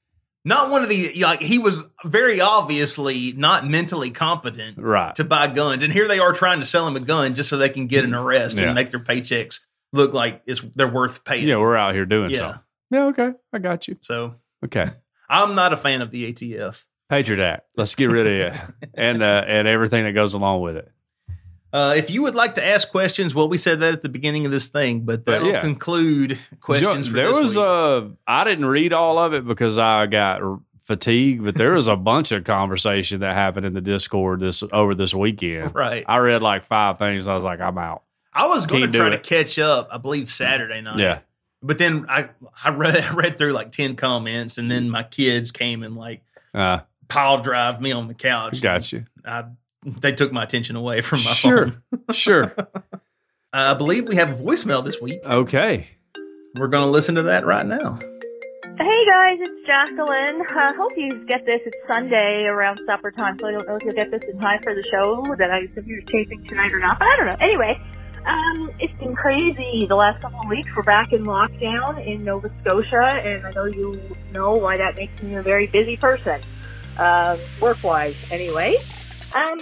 not one of the like he was very obviously not mentally competent Right. to buy guns and here they are trying to sell him a gun just so they can get an arrest Mm-hmm. Yeah. and make their paychecks look like it's they're worth paying Yeah, we're out here doing Yeah. something. Yeah, okay. I got you. so Okay. i'm not a fan of the atf Patriot Act. Let's get rid of *laughs* it and uh, and everything that goes along with it. uh, if you would like to ask questions, well, we said that at the beginning of this thing, but that'll yeah. conclude questions. Jo- for there this was uh, week. I didn't read all of it because I got r- fatigued, but there *laughs* was a bunch of conversation that happened in the Discord this over this weekend. right. I read like five things. I was like, I'm out. I was going Can't to do try to it. catch up. I believe Saturday night. Yeah, but then I I read *laughs* I read through like ten comments, and then my kids came and like uh, pile drive me on the couch. got you. I, they took my attention away from my Sure. *laughs* phone. Sure. I believe we have a voicemail this week. Okay. We're going to listen to that right now. Hey guys, it's Jacqueline. I hope you get this. It's Sunday around supper time, so I don't know if you'll get this in time for the show that I if you're taping tonight or not, but I don't know. Anyway, um, it's been crazy the last couple of weeks. We're back in lockdown in Nova Scotia, and I know you know why that makes me a very busy person, um, work-wise. Anyway, um,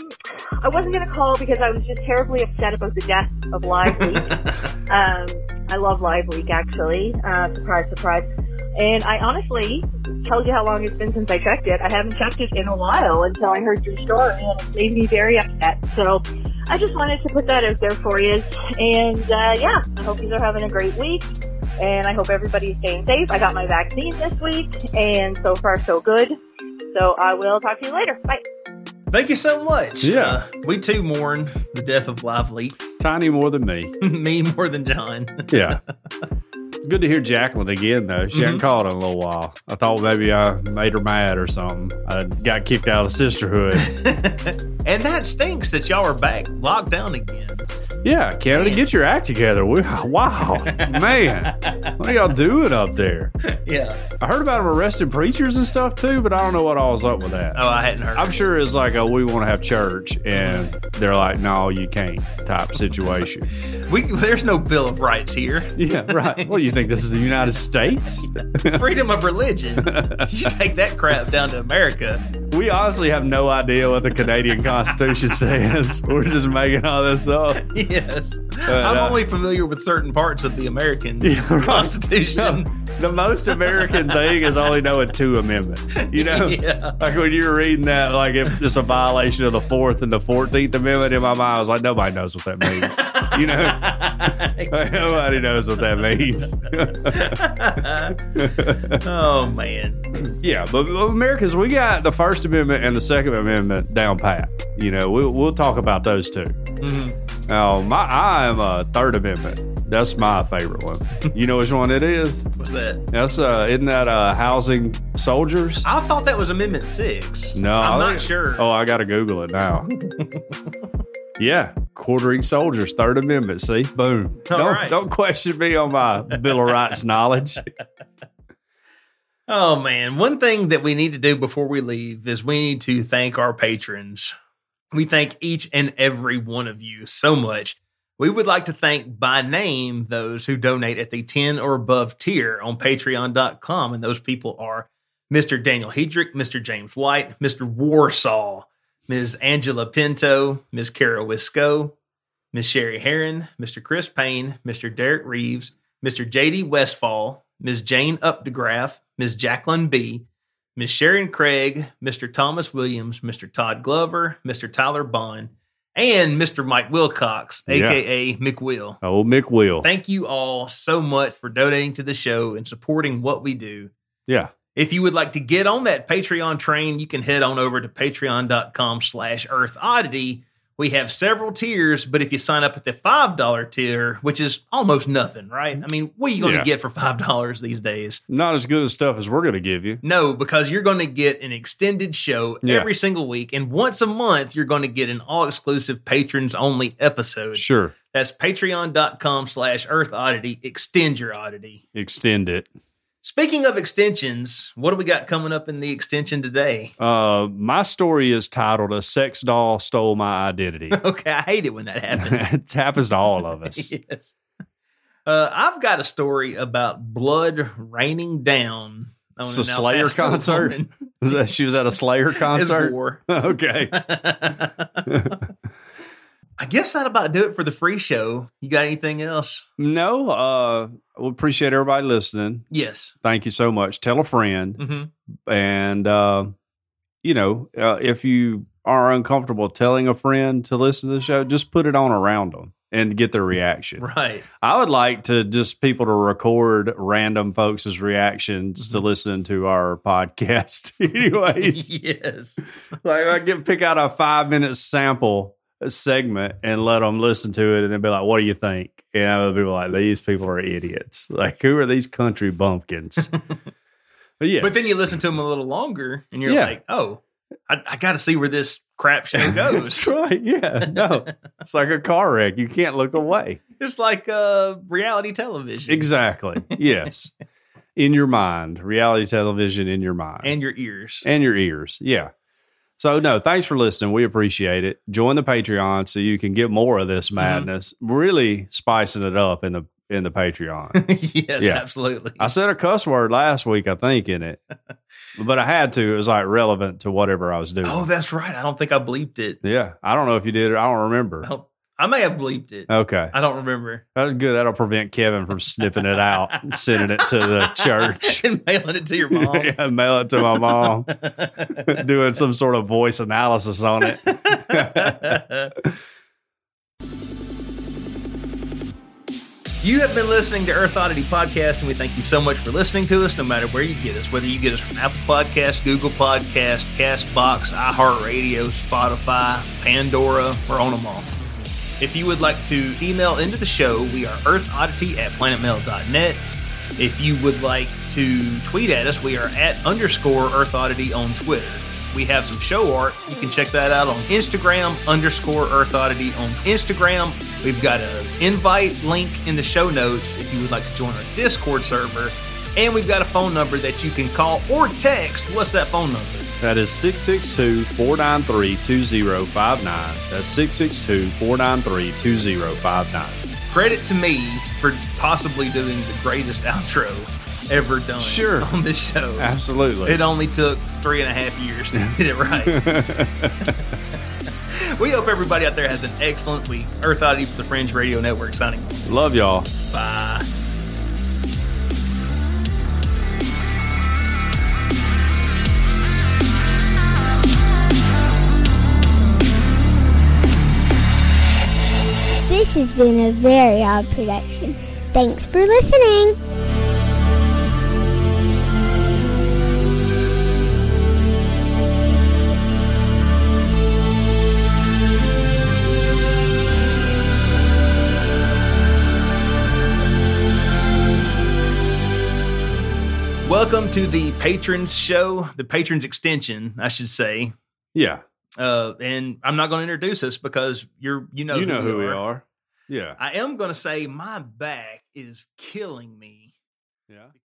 I wasn't gonna call because I was just terribly upset about the death of Live Leak. um, I love Live Leak actually. Uh, surprise, surprise. And I honestly told you how long it's been since I checked it. I haven't checked it in a while until I heard your story, and it made me very upset. So I just wanted to put that out there for you. And uh, yeah, I hope you are having a great week. And I hope everybody's staying safe. I got my vaccine this week, and so far so good. So I will talk to you later. Bye. Thank you so much. Yeah. Uh, we too mourn the death of Lively. *laughs* Tiny more than me. me more than John. Yeah. Good to hear Jacqueline again, though. She hadn't called in a little while. I thought maybe I made her mad or something. I got kicked out of the sisterhood. and that stinks that y'all are back locked down again. *laughs* Yeah, Canada, Man. get your act together. We, wow, man, what are y'all doing up there? Yeah. I heard about them arresting preachers and stuff too, but I don't know what all is up with that. Oh, I hadn't heard. I'm sure it's like a we want to have church, and they're like, no, you can't type situation. we there's no Bill of *laughs* Rights here. Yeah, right. Well, you think this is the United States? freedom *laughs* of religion. You take that crap down to America. We honestly have no idea what the Canadian Constitution *laughs* says. We're just making all this up. *laughs* Yes. I'm uh, only familiar with certain parts of the American *laughs* Yeah, right. *laughs* Constitution. The most American thing is only knowing two amendments. You know, Yeah. Like when you were reading that, like if it's a violation of the Fourth and the Fourteenth Amendment, in my mind, I was like, nobody knows what that means. You know, *laughs* Like, nobody knows what that means. *laughs* oh, man. yeah, but, but Americans, we got the First Amendment and the Second Amendment down pat. You know, we, we'll talk about those two. Mhm. Now, my I am a Third Amendment. That's my favorite one. You know which one it is? What's that? That's uh, isn't that uh, housing soldiers? I thought that was Amendment 6. No, I'm I not think- sure. Oh, I gotta Google it *laughs* now. yeah, quartering soldiers, Third Amendment. See, boom. All don't right. don't question me on my Bill of Rights *laughs* knowledge. Oh, man. One thing that we need to do before we leave is we need to thank our patrons. We thank each and every one of you so much. We would like to thank by name those who donate at the 10 or above tier on patreon.com. And those people are Mr. Daniel Hedrick, Mr. James White, Mr. Warsaw, Ms. Angela Pinto, Ms. Kara Wisco, Ms. Sherry Heron, Mr. Chris Payne, Mr. Derek Reeves, Mr. JD Westfall, Ms. Jane Updegraff, Ms. Jacqueline B., Ms. Sharon Craig, Mr. Thomas Williams, Mr. Todd Glover, Mr. Tyler Bond, and Mr. Mike Wilcox, Yeah. aka McWill. Old Mick Will. Thank you all so much for donating to the show and supporting what we do. yeah. If you would like to get on that Patreon train, you can head on over to patreon.com slash earth oddity. We have several tiers, but if you sign up at the $5 tier, which is almost nothing, right? I mean, what are you going to Yeah. get for $5 these days? Not as good as stuff as we're going to give you. No, because you're going to get an extended show Yeah. every single week. And once a month, you're going to get an all exclusive patrons only episode. Sure. That's patreon.com slash earth oddity. Extend your oddity. Extend it. Speaking of extensions, what do we got coming up in the extension today? Uh, my story is titled "A Sex Doll Stole My Identity." *laughs* Okay, I hate it when that *laughs* happens. it happens to all of *laughs* us. yes. Uh, I've got a story about blood raining down. On It's a an El Slayer Paso concert woman Was that- she was at a Slayer in concert. war. *laughs* *laughs* okay. I guess that about do it for the free show. You got anything else? No. Uh, we appreciate everybody listening. Yes. Thank you so much. Tell a friend. hmm and uh, you know uh, if you are uncomfortable telling a friend to listen to the show just put it on around them and get their reaction *laughs* Right. i would like to just people to record random folks' reactions Mm-hmm. to listening to our podcast *laughs* anyways *laughs* yes. like i can pick out a five minute sample segment and let them listen to it and then be like what do you think and other people are like these people are idiots like who are these country *laughs* bumpkins but yeah But then you listen to them a little longer, and you're Yeah. like, "Oh, I, I got to see where this crap show goes." *laughs* *laughs* That's right. Yeah. No, it's like a car wreck. You can't look away. It's like uh, reality television Exactly. *laughs* Yes. in your mind, reality television in your mind and your ears. and your ears. Yeah. So, no, thanks for listening. We appreciate it. Join the Patreon so you can get more of this madness. Really spicing it up in the in the Patreon. *laughs* yes, Yeah. absolutely. I said a cuss word last week, I think, in it, but I had to. It was like relevant to whatever I was doing. oh, that's right. I don't think I bleeped it. yeah. I don't know if you did it. I don't remember. I, don't- I may have bleeped it. Okay. I don't remember. *laughs* That's good. That'll prevent Kevin from sniffing it out and sending it to the church. *laughs* and mailing it to your mom. yeah, mail it to my mom. *laughs* Doing some sort of voice analysis on it. You have been listening to Earth Oddity Podcast, and we thank you so much for listening to us, no matter where you get us, whether you get us from Apple Podcasts, Google Podcasts, Castbox, iHeartRadio, Spotify, Pandora, we're on them all. If you would like to email into the show, we are earthoddity at planetmail.net. If you would like to tweet at us, we are at underscore earthoddity on Twitter. We have some show art. You can check that out on Instagram, underscore earthoddity on Instagram. We've got an invite link in the show notes if you would like to join our Discord server. And we've got a phone number that you can call or text. What's that phone number? That is 662 493 2059. That's 662 493 2059. credit to me for possibly doing the greatest *laughs* outro ever done Sure. on this show. Absolutely. It only took three and a half years to get *laughs* it right. *laughs* we hope everybody out there has an excellent week. Earth Oddity for the Fringe Radio Network signing. off. Love y'all. Bye. This has been a very odd production. Thanks for listening. Welcome to the Patrons Show, the Patrons Extension, I should say. Yeah. Uh, and I'm not going to introduce us because you're you know you know who we are. Yeah. I am going to say my back is killing me. Yeah.